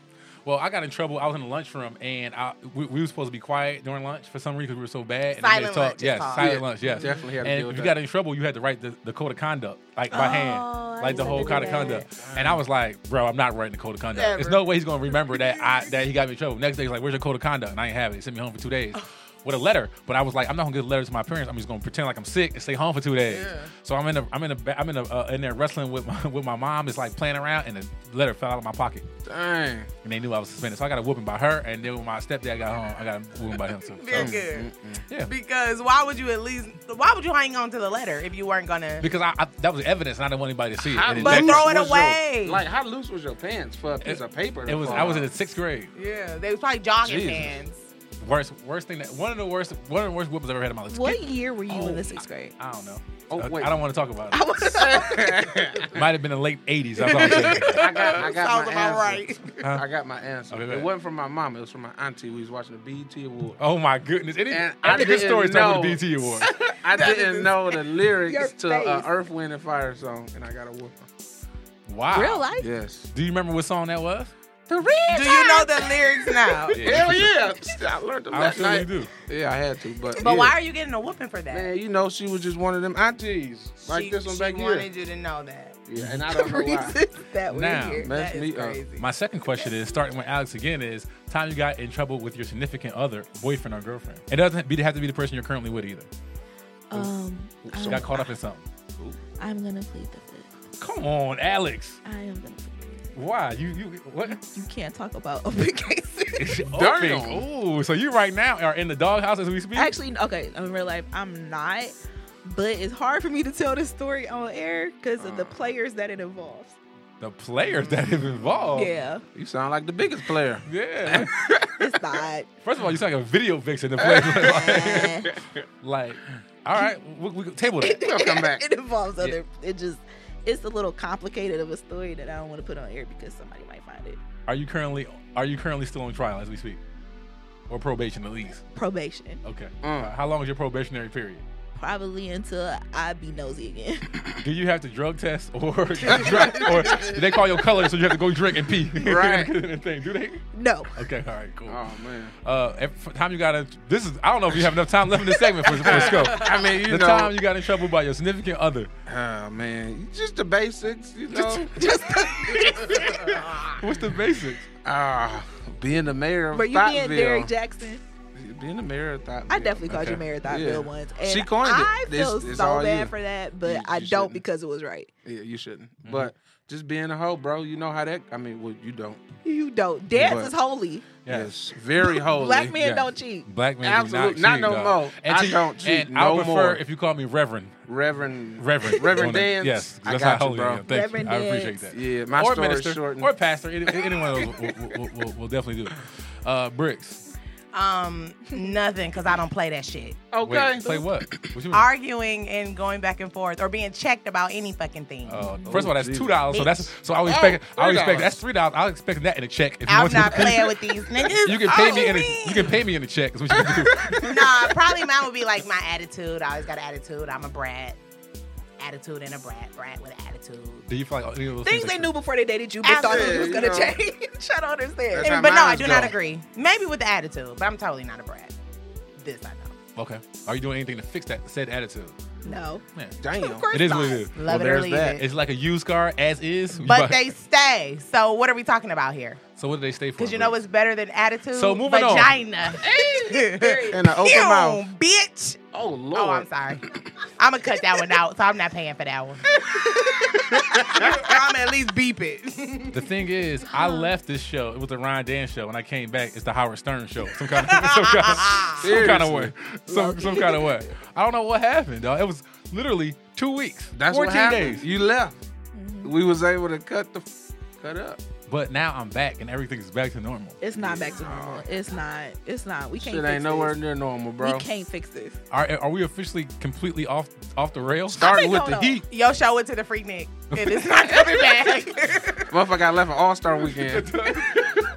[SPEAKER 3] Well, I got in trouble. I was in the lunchroom and I, we, we were supposed to be quiet during lunch for some reason. 'cause We were so bad. and they
[SPEAKER 5] Silent
[SPEAKER 3] talked.
[SPEAKER 5] lunch is
[SPEAKER 3] Yes,
[SPEAKER 5] called.
[SPEAKER 3] silent
[SPEAKER 2] Yeah,
[SPEAKER 3] lunch. Yes,
[SPEAKER 2] definitely had to
[SPEAKER 3] And
[SPEAKER 2] deal with
[SPEAKER 3] if you
[SPEAKER 2] that.
[SPEAKER 3] got in trouble, you had to write the, the code of conduct like by
[SPEAKER 4] Oh, I
[SPEAKER 3] hand, like the
[SPEAKER 4] used to
[SPEAKER 3] whole
[SPEAKER 4] do
[SPEAKER 3] code of
[SPEAKER 4] that.
[SPEAKER 3] conduct. And I was like, bro, I'm not writing the code of conduct. There's
[SPEAKER 2] Never.
[SPEAKER 3] no way he's gonna remember that I that he got me in trouble. Next day, he's like, where's your code of conduct? And I ain't have it. He sent me home for two days. With a letter, but I was like, I'm not gonna get a letter to my parents. I'm just gonna pretend like I'm sick and stay home for two days.
[SPEAKER 2] Yeah.
[SPEAKER 3] So I'm in a, I'm in a, ba- I'm in a, uh, in there wrestling with my, with my mom. It's like playing around, and the letter fell out of my pocket
[SPEAKER 2] Dang.
[SPEAKER 3] and they knew I was suspended. So I got a whooping by her, and then when my stepdad got home, I got a whooping by him too.
[SPEAKER 5] Very
[SPEAKER 3] So,
[SPEAKER 5] good.
[SPEAKER 3] yeah,
[SPEAKER 5] Because why would you at least? Why would you hang on to the letter if you weren't gonna?
[SPEAKER 3] because I, I that was evidence, and I didn't want anybody to see it.
[SPEAKER 2] How
[SPEAKER 3] And it,
[SPEAKER 5] But
[SPEAKER 2] loose
[SPEAKER 3] it,
[SPEAKER 5] throw it
[SPEAKER 2] was your-
[SPEAKER 5] away.
[SPEAKER 2] like, how loose was your pants for a piece of paper? to
[SPEAKER 3] was
[SPEAKER 2] fall
[SPEAKER 3] I was in
[SPEAKER 2] out?
[SPEAKER 3] the sixth grade.
[SPEAKER 5] Yeah, they was probably jogging
[SPEAKER 3] Jesus.
[SPEAKER 5] pants.
[SPEAKER 3] Worst worst thing that one of the worst one of the worst whoopings I've ever had in my life.
[SPEAKER 4] What year were you in
[SPEAKER 3] Oh,
[SPEAKER 4] the sixth grade?
[SPEAKER 3] I don't know.
[SPEAKER 2] Oh,
[SPEAKER 3] I-
[SPEAKER 2] wait.
[SPEAKER 3] I don't want to talk about it. Might have been the late '80s. That's all I'm saying.
[SPEAKER 2] I got, I got
[SPEAKER 5] Sounds
[SPEAKER 2] my
[SPEAKER 5] about
[SPEAKER 2] answer.
[SPEAKER 5] right.
[SPEAKER 3] Huh?
[SPEAKER 2] I got my answer.
[SPEAKER 3] Okay, go
[SPEAKER 2] it
[SPEAKER 3] ahead.
[SPEAKER 2] wasn't from my mom. It was from my auntie. We was watching the BET Award.
[SPEAKER 3] Oh my goodness! Any,
[SPEAKER 2] And I
[SPEAKER 3] every good
[SPEAKER 2] didn't
[SPEAKER 3] story starts with
[SPEAKER 2] know.
[SPEAKER 3] the BT award.
[SPEAKER 2] I didn't
[SPEAKER 5] is-
[SPEAKER 2] know the
[SPEAKER 5] Your
[SPEAKER 2] lyrics to uh,
[SPEAKER 5] face.
[SPEAKER 2] Earth, Wind, and Fire song, and I got a whooping.
[SPEAKER 3] Wow.
[SPEAKER 4] Real life?
[SPEAKER 2] Yes.
[SPEAKER 3] Do you remember what song that was?
[SPEAKER 5] Do you know the lyrics now?
[SPEAKER 2] Hell yeah! I learned the
[SPEAKER 3] I'm
[SPEAKER 2] last
[SPEAKER 3] sure you
[SPEAKER 2] night.
[SPEAKER 3] do.
[SPEAKER 2] Yeah, I had to, but
[SPEAKER 5] But
[SPEAKER 2] yeah.
[SPEAKER 5] why are you getting a whooping for that?
[SPEAKER 2] Man, you know she was just one of them aunties like
[SPEAKER 5] she,
[SPEAKER 2] this one
[SPEAKER 5] she
[SPEAKER 2] back here.
[SPEAKER 5] wanted you to know that.
[SPEAKER 2] Yeah, and I don't know why.
[SPEAKER 4] that
[SPEAKER 3] we're Now, here.
[SPEAKER 2] Messed
[SPEAKER 5] That is
[SPEAKER 2] me up.
[SPEAKER 5] crazy.
[SPEAKER 3] My second question is, starting with Alex again, is time you got in trouble with your significant other, boyfriend or girlfriend. It doesn't be, have to be the person you're currently with either.
[SPEAKER 4] Um,
[SPEAKER 2] So-
[SPEAKER 3] Got caught up in something.
[SPEAKER 4] I'm gonna plead the fifth.
[SPEAKER 3] Come on, Alex.
[SPEAKER 4] I am gonna. Plead.
[SPEAKER 3] Why you you what?
[SPEAKER 4] You can't talk about open cases.
[SPEAKER 3] Open. Ooh, so you right now are in the doghouse as we speak.
[SPEAKER 4] Actually, okay, in real life, I'm not. But it's hard for me to tell this story on air because of the players that it involves.
[SPEAKER 3] the players that have involved.
[SPEAKER 4] Yeah,
[SPEAKER 2] You sound like the biggest player.
[SPEAKER 3] Yeah.
[SPEAKER 4] it's not.
[SPEAKER 3] First of all, you sound like a video vixen. The play.
[SPEAKER 4] Eh,
[SPEAKER 3] like, all right, we, we can table that.
[SPEAKER 2] We'll come back.
[SPEAKER 4] it involves other. It just, it's a little complicated of a story that I don't want to put on air because somebody might find it.
[SPEAKER 3] Are you currently are you currently still on trial as we speak, or probation at least?
[SPEAKER 4] Probation,
[SPEAKER 3] Okay.
[SPEAKER 2] Mm.
[SPEAKER 3] How long is your probationary period?
[SPEAKER 4] probably until I be nosy again.
[SPEAKER 3] Do you have to drug test or drug, or do they call your color so you have to go drink and pee?
[SPEAKER 2] Right.
[SPEAKER 3] And thing, Do they?
[SPEAKER 4] no,
[SPEAKER 3] Okay, all right, cool.
[SPEAKER 2] Oh man.
[SPEAKER 3] Uh, every time you got in, this is I don't know if you have enough time left in this segment for, for the scope.
[SPEAKER 2] I mean, you
[SPEAKER 3] the
[SPEAKER 2] know.
[SPEAKER 3] time you got in trouble by your significant other.
[SPEAKER 2] oh man, just the basics, you know.
[SPEAKER 3] What's the basics?
[SPEAKER 2] Ah, being the mayor of
[SPEAKER 4] but you being
[SPEAKER 2] Thoughtville.
[SPEAKER 4] Derrick Jackson,
[SPEAKER 2] being the mayor of Thoughtville.
[SPEAKER 4] I definitely called
[SPEAKER 3] okay.
[SPEAKER 4] you Mary Thought
[SPEAKER 2] Yeah.
[SPEAKER 4] Bill once, and
[SPEAKER 2] She coined it.
[SPEAKER 4] I
[SPEAKER 2] This-
[SPEAKER 4] feel
[SPEAKER 2] it's
[SPEAKER 4] so
[SPEAKER 2] all
[SPEAKER 4] bad
[SPEAKER 2] you.
[SPEAKER 4] for that, but
[SPEAKER 2] You-
[SPEAKER 4] I
[SPEAKER 2] you
[SPEAKER 4] don't
[SPEAKER 2] shouldn't.
[SPEAKER 4] because it was right.
[SPEAKER 2] Yeah, you shouldn't.
[SPEAKER 4] Mm-hmm.
[SPEAKER 2] But just being a hoe, bro. You know how that. I mean, well, you don't.
[SPEAKER 4] You don't. Dance
[SPEAKER 2] But-
[SPEAKER 4] is holy.
[SPEAKER 2] Yes, very holy.
[SPEAKER 4] Black men
[SPEAKER 3] yeah.
[SPEAKER 4] don't cheat.
[SPEAKER 3] Black man,
[SPEAKER 2] Absolute- not
[SPEAKER 3] do not, cheat,
[SPEAKER 2] no
[SPEAKER 3] dog.
[SPEAKER 2] more. I
[SPEAKER 3] to-
[SPEAKER 2] don't cheat
[SPEAKER 3] And I
[SPEAKER 2] no
[SPEAKER 3] would prefer
[SPEAKER 2] more.
[SPEAKER 3] if you call me Reverend.
[SPEAKER 2] Reverend.
[SPEAKER 3] Reverend.
[SPEAKER 2] Reverend
[SPEAKER 3] On the-
[SPEAKER 2] Dance.
[SPEAKER 3] Yes,
[SPEAKER 2] I
[SPEAKER 3] that's
[SPEAKER 2] got
[SPEAKER 3] how holy
[SPEAKER 2] you, bro.
[SPEAKER 3] I am. Thank
[SPEAKER 4] Reverend
[SPEAKER 3] you. I appreciate
[SPEAKER 4] Dance.
[SPEAKER 3] that.
[SPEAKER 2] Yeah, my
[SPEAKER 3] or
[SPEAKER 2] story is
[SPEAKER 3] minister,
[SPEAKER 2] shortened.
[SPEAKER 3] or pastor, any, anyone will, will, will, will, will definitely do. it. Uh, bricks.
[SPEAKER 5] Um, nothing, cause I don't play that shit.
[SPEAKER 3] Wait,
[SPEAKER 2] Okay.
[SPEAKER 3] play what? What you mean?
[SPEAKER 5] Arguing and going back and forth, or being checked about any fucking thing.
[SPEAKER 3] Uh, first of all, that's
[SPEAKER 2] Jesus.
[SPEAKER 3] two dollars. So that's so I was expecting. I was expecting
[SPEAKER 2] $3.
[SPEAKER 3] that's three dollars. I was expecting that in a check. If you
[SPEAKER 5] I'm
[SPEAKER 3] want to-
[SPEAKER 5] not playing with these niggas.
[SPEAKER 3] You can pay
[SPEAKER 5] Oh,
[SPEAKER 3] me in a,
[SPEAKER 5] man.
[SPEAKER 3] you can pay me in a check. Is what you can do.
[SPEAKER 5] nah, probably mine would be like my attitude. I always got attitude. I'm a brat. Attitude and a brat. Brat with attitude.
[SPEAKER 3] do you feel like any of those
[SPEAKER 4] Things
[SPEAKER 3] are
[SPEAKER 4] they
[SPEAKER 3] true?
[SPEAKER 4] knew before they dated you, but thought
[SPEAKER 2] Absolutely,
[SPEAKER 4] it was
[SPEAKER 2] you
[SPEAKER 4] gonna
[SPEAKER 2] know.
[SPEAKER 4] change. I don't understand.
[SPEAKER 2] That's how
[SPEAKER 5] And- but no, I
[SPEAKER 2] mine's
[SPEAKER 5] do not
[SPEAKER 2] go.
[SPEAKER 5] agree. Maybe with the attitude, but I'm totally not a brat. This I know.
[SPEAKER 3] Okay. Are you doing anything to fix that said attitude?
[SPEAKER 4] No.
[SPEAKER 3] Man,
[SPEAKER 2] Damn.
[SPEAKER 4] Of course
[SPEAKER 3] it is
[SPEAKER 4] not.
[SPEAKER 3] what it is.
[SPEAKER 5] Love it or
[SPEAKER 2] there's
[SPEAKER 5] leave
[SPEAKER 2] that.
[SPEAKER 5] it.
[SPEAKER 3] It's like a used car as is. You buy-
[SPEAKER 5] But they stay. So what are we talking about here?
[SPEAKER 3] So what do they stay for?
[SPEAKER 5] Because you know
[SPEAKER 3] Bricks?
[SPEAKER 5] what's better than attitude?
[SPEAKER 3] So moving on.
[SPEAKER 5] Vagina.
[SPEAKER 2] And an open
[SPEAKER 5] Pew,
[SPEAKER 2] mouth.
[SPEAKER 5] bitch.
[SPEAKER 2] Oh lord.
[SPEAKER 5] Oh, I'm sorry. I'm gonna cut that one out, so I'm not paying for that one. I'm at least beep it.
[SPEAKER 3] The thing is, I left this show. It was the Ryan Dan show. When I came back, it's the Howard Stern show. Some kind of, some kind of, some kind of way. Some, some kind of way. I don't know what happened, dog. It was literally two weeks.
[SPEAKER 2] That's
[SPEAKER 3] 14
[SPEAKER 2] what happened.
[SPEAKER 3] days.
[SPEAKER 2] You left.
[SPEAKER 4] Mm-hmm.
[SPEAKER 2] We was able to cut the cut up.
[SPEAKER 3] But now I'm back and everything's back to normal.
[SPEAKER 4] It's not back to normal. It's not. It's not. We can't.
[SPEAKER 2] Shit
[SPEAKER 4] fix
[SPEAKER 2] ain't nowhere
[SPEAKER 4] this.
[SPEAKER 2] near normal, bro.
[SPEAKER 4] We can't fix this.
[SPEAKER 3] Are, are we officially completely off off the rails?
[SPEAKER 2] Start
[SPEAKER 4] think-
[SPEAKER 2] with
[SPEAKER 4] hold
[SPEAKER 2] the
[SPEAKER 4] on.
[SPEAKER 2] heat.
[SPEAKER 5] Yo, show it to the freak Nick. It is not coming back.
[SPEAKER 2] Motherfucker, I left an All Star weekend.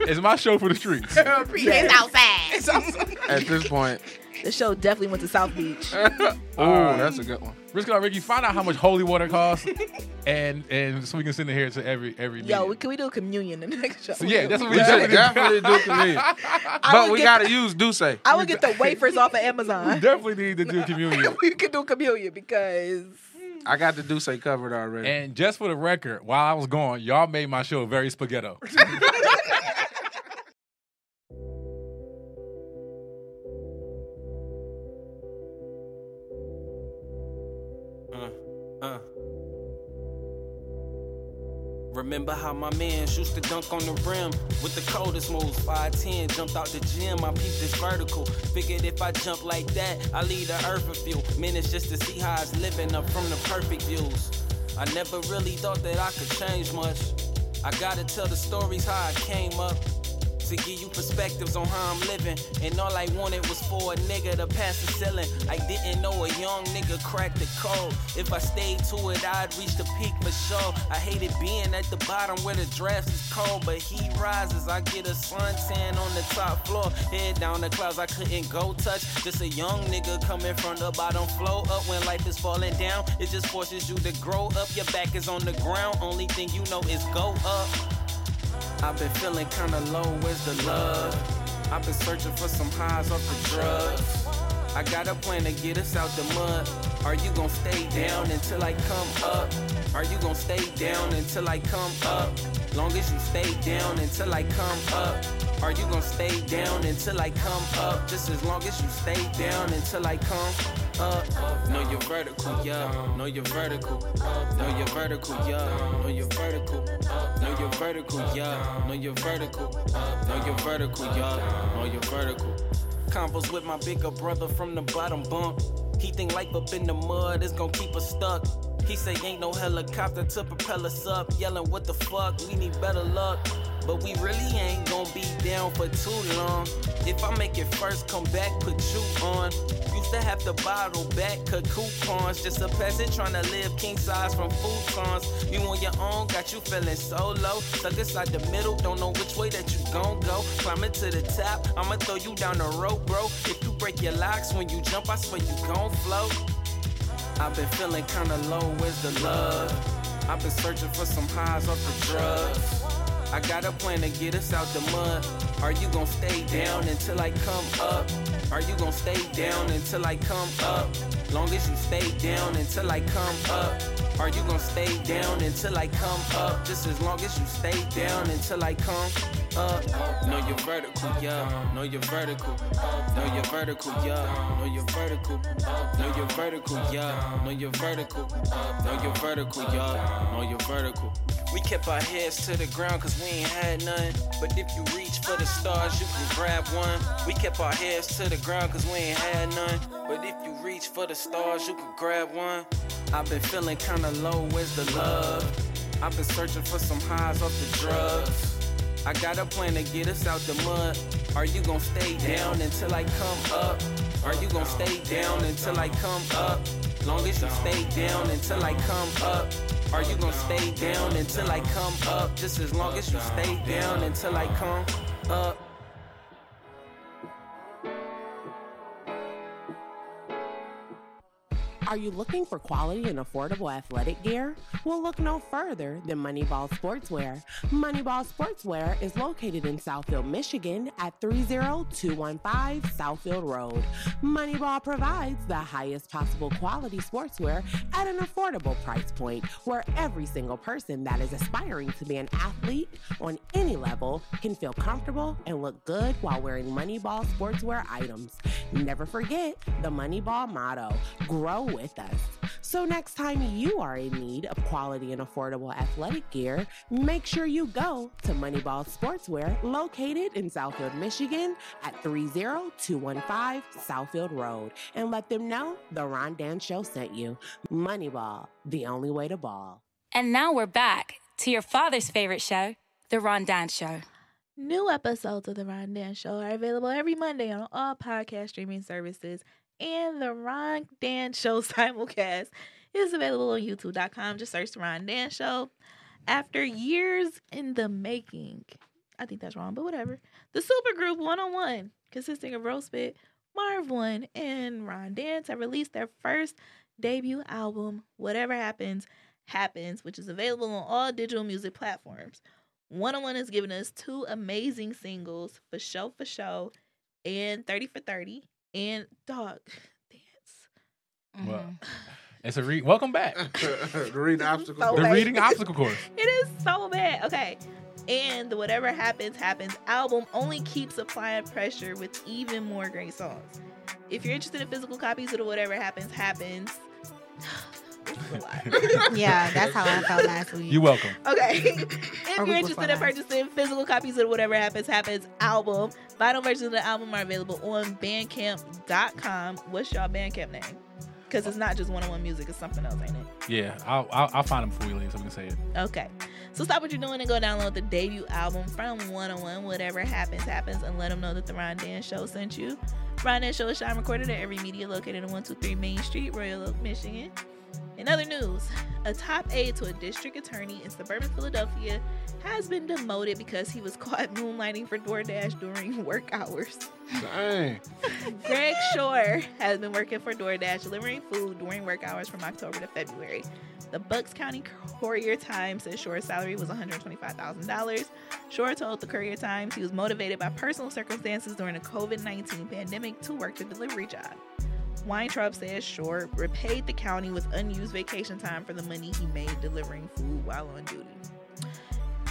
[SPEAKER 3] It's my show for the streets.
[SPEAKER 5] it's outside.
[SPEAKER 2] At this point,
[SPEAKER 4] The show definitely went to South Beach. Um,
[SPEAKER 3] Oh, that's a good one. Risky Ricky, find out how much holy water costs, and and so we can send it here to every every.
[SPEAKER 4] Yo,
[SPEAKER 3] meeting.
[SPEAKER 4] we, can we do a communion in the next show?
[SPEAKER 3] So yeah, that's what we
[SPEAKER 2] We should
[SPEAKER 3] definitely,
[SPEAKER 2] definitely do comedian. But
[SPEAKER 4] would
[SPEAKER 2] we
[SPEAKER 4] get-
[SPEAKER 2] gotta use Duce.
[SPEAKER 4] I would get the wafers off of Amazon.
[SPEAKER 3] definitely need to do communion.
[SPEAKER 4] we could do communion because
[SPEAKER 2] I got the Duce covered already.
[SPEAKER 3] And just for the record, while I was gone, y'all made my show very spaghetto.
[SPEAKER 6] Uh. Remember how my man used to dunk on the rim with the coldest moves. 5'10, jumped out the gym. I peeped this vertical. Figured if I jump like that, I leave the earth a few minutes just to see how it's living up from the perfect views. I never really thought that I could change much. I gotta tell the stories how I came up to give you perspectives on how I'm living. And all I wanted was for a nigga to pass the ceiling. I didn't know a young nigga cracked the code. If I stayed to it, I'd reach the peak for sure. I hated being at the bottom where the draft is cold, but he rises. I get a suntan on the top floor, head down the clouds. I couldn't go touch. Just a young nigga coming from the bottom, flow up when life is falling down. It just forces you to grow up. Your back is on the ground. Only thing you know is go up. I've been feeling kinda low, where's the love? I've been searching for some highs off the drugs. I got a plan to get us out the mud. Are you gonna stay down until I come up? Are you gonna stay down until I come up? Long as you stay down until I come up. Are you gonna stay down until I come up? Just as long as you stay down until I come up. Know your vertical, yeah. Know your vertical. Know your vertical, yeah. Know your vertical. Know your vertical, yeah. Know your vertical. Know your vertical, yeah. Know your vertical. Combos with my bigger brother from the bottom bunk. He think life up in the mud is gonna keep us stuck. He say ain't no helicopter to propel us up. Yelling what the fuck? We need better luck. But we really ain't gonna be down for too long. If I make it first, come back, put you on. Used to have to bottle back, cut coupons. Just a peasant tryna live king size from futons. You on your own, got you feeling solo. Stuck inside the middle, don't know which way that you gon' go. Climbing to the top, I'ma throw you down the rope, bro. If you break your locks when you jump, I swear you gon' float. I've been feeling kinda low, where's the love? I've been searching for some highs off the drugs. I got a plan to get us out the mud. Are you gonna stay down until I come up? Are you gonna stay down until I come up? Long as you stay down until I come up. Are you gonna stay down until I come up? Just as long as you stay down until I come up. Know your vertical, yeah. Know your vertical. Know your vertical, yeah. Know your vertical. Know your vertical, yeah. Know your vertical. Know your vertical, yeah. Know your vertical. We kept our heads to the ground cause we ain't had none. But if you reach for the stars, you can grab one. We kept our heads to the ground cause we ain't had none. But if you reach for the stars, you can grab one. I've been feeling kinda low, where's the love? I've been searching for some highs off the drugs. I got a plan to get us out the mud. Are you gonna stay down until I come up? Are you gonna stay down until I come up? Long as you stay down until I come up. Are you gonna stay down until I come up? Just as long as you stay down until I come up.
[SPEAKER 7] Are you looking for quality and affordable athletic gear? Well, look no further than Moneyball Sportswear. Moneyball Sportswear is located in Southfield, Michigan at 30215 Southfield Road. Moneyball provides the highest possible quality sportswear at an affordable price point where every single person that is aspiring to be an athlete on any level can feel comfortable and look good while wearing Moneyball Sportswear items. Never forget the Moneyball motto grow with us. So, next time you are in need of quality and affordable athletic gear, make sure you go to Moneyball Sportswear, located in Southfield, Michigan at 30215 Southfield Road, and let them know the Ron Dan Show sent you. Moneyball, the only way to ball.
[SPEAKER 1] And now we're back to your father's favorite show, The Ron Dance Show.
[SPEAKER 4] New episodes of The Ron Dan Show are available every Monday on all podcast streaming services, and The Ron Dan Show simulcast is available on YouTube.com. Just search The Ron Dan Show. After years in the making, I think that's wrong, but whatever. The supergroup One on One, consisting of Roast Bit, Marvlin and Ron Dance have released their first debut album, Whatever Happens, Happens, which is available on all digital music platforms. 101 has given us two amazing singles, For Show For Show and 30 for 30 and Dog Dance.
[SPEAKER 1] Mm-hmm.
[SPEAKER 3] Well, it's a re- welcome back.
[SPEAKER 2] the reading obstacle.
[SPEAKER 4] So
[SPEAKER 3] The
[SPEAKER 2] course.
[SPEAKER 4] bad.
[SPEAKER 3] reading obstacle course.
[SPEAKER 4] It is so bad. Okay. And the Whatever Happens Happens album only keeps applying pressure with even more great songs. If you're interested in physical copies of the Whatever Happens Happens, this is a lot.
[SPEAKER 8] Yeah, that's how I felt last week.
[SPEAKER 3] You're welcome.
[SPEAKER 4] Okay. if
[SPEAKER 8] Or
[SPEAKER 4] you're
[SPEAKER 8] Google
[SPEAKER 4] interested in
[SPEAKER 8] Slides.
[SPEAKER 4] purchasing physical copies of the Whatever Happens Happens album, vinyl versions of the album are available on bandcamp.com. What's y'all bandcamp name? Because it's not just one on one music, it's something else, ain't it?
[SPEAKER 3] Yeah, I'll, I'll, I'll find him before we leave so we can say it.
[SPEAKER 4] Okay. So stop what you're doing and go download the debut album from 101, Whatever Happens Happens, and let them know that the Ron Dan Show sent you. Ron Dan Show is shot and recorded at Every Media located at 123 Main Street, Royal Oak, Michigan. In other news, a top aide to a district attorney in suburban Philadelphia has been demoted because he was caught moonlighting for DoorDash during work hours.
[SPEAKER 2] Dang.
[SPEAKER 4] Greg Shore has been working for DoorDash, delivering food during work hours from October to February. The Bucks County Courier Times says Shore's salary was $125,000. Shore told the Courier Times he was motivated by personal circumstances during the COVID 19 pandemic to work the delivery job. Weintraub says Shore repaid the county with unused vacation time for the money he made delivering food while on duty.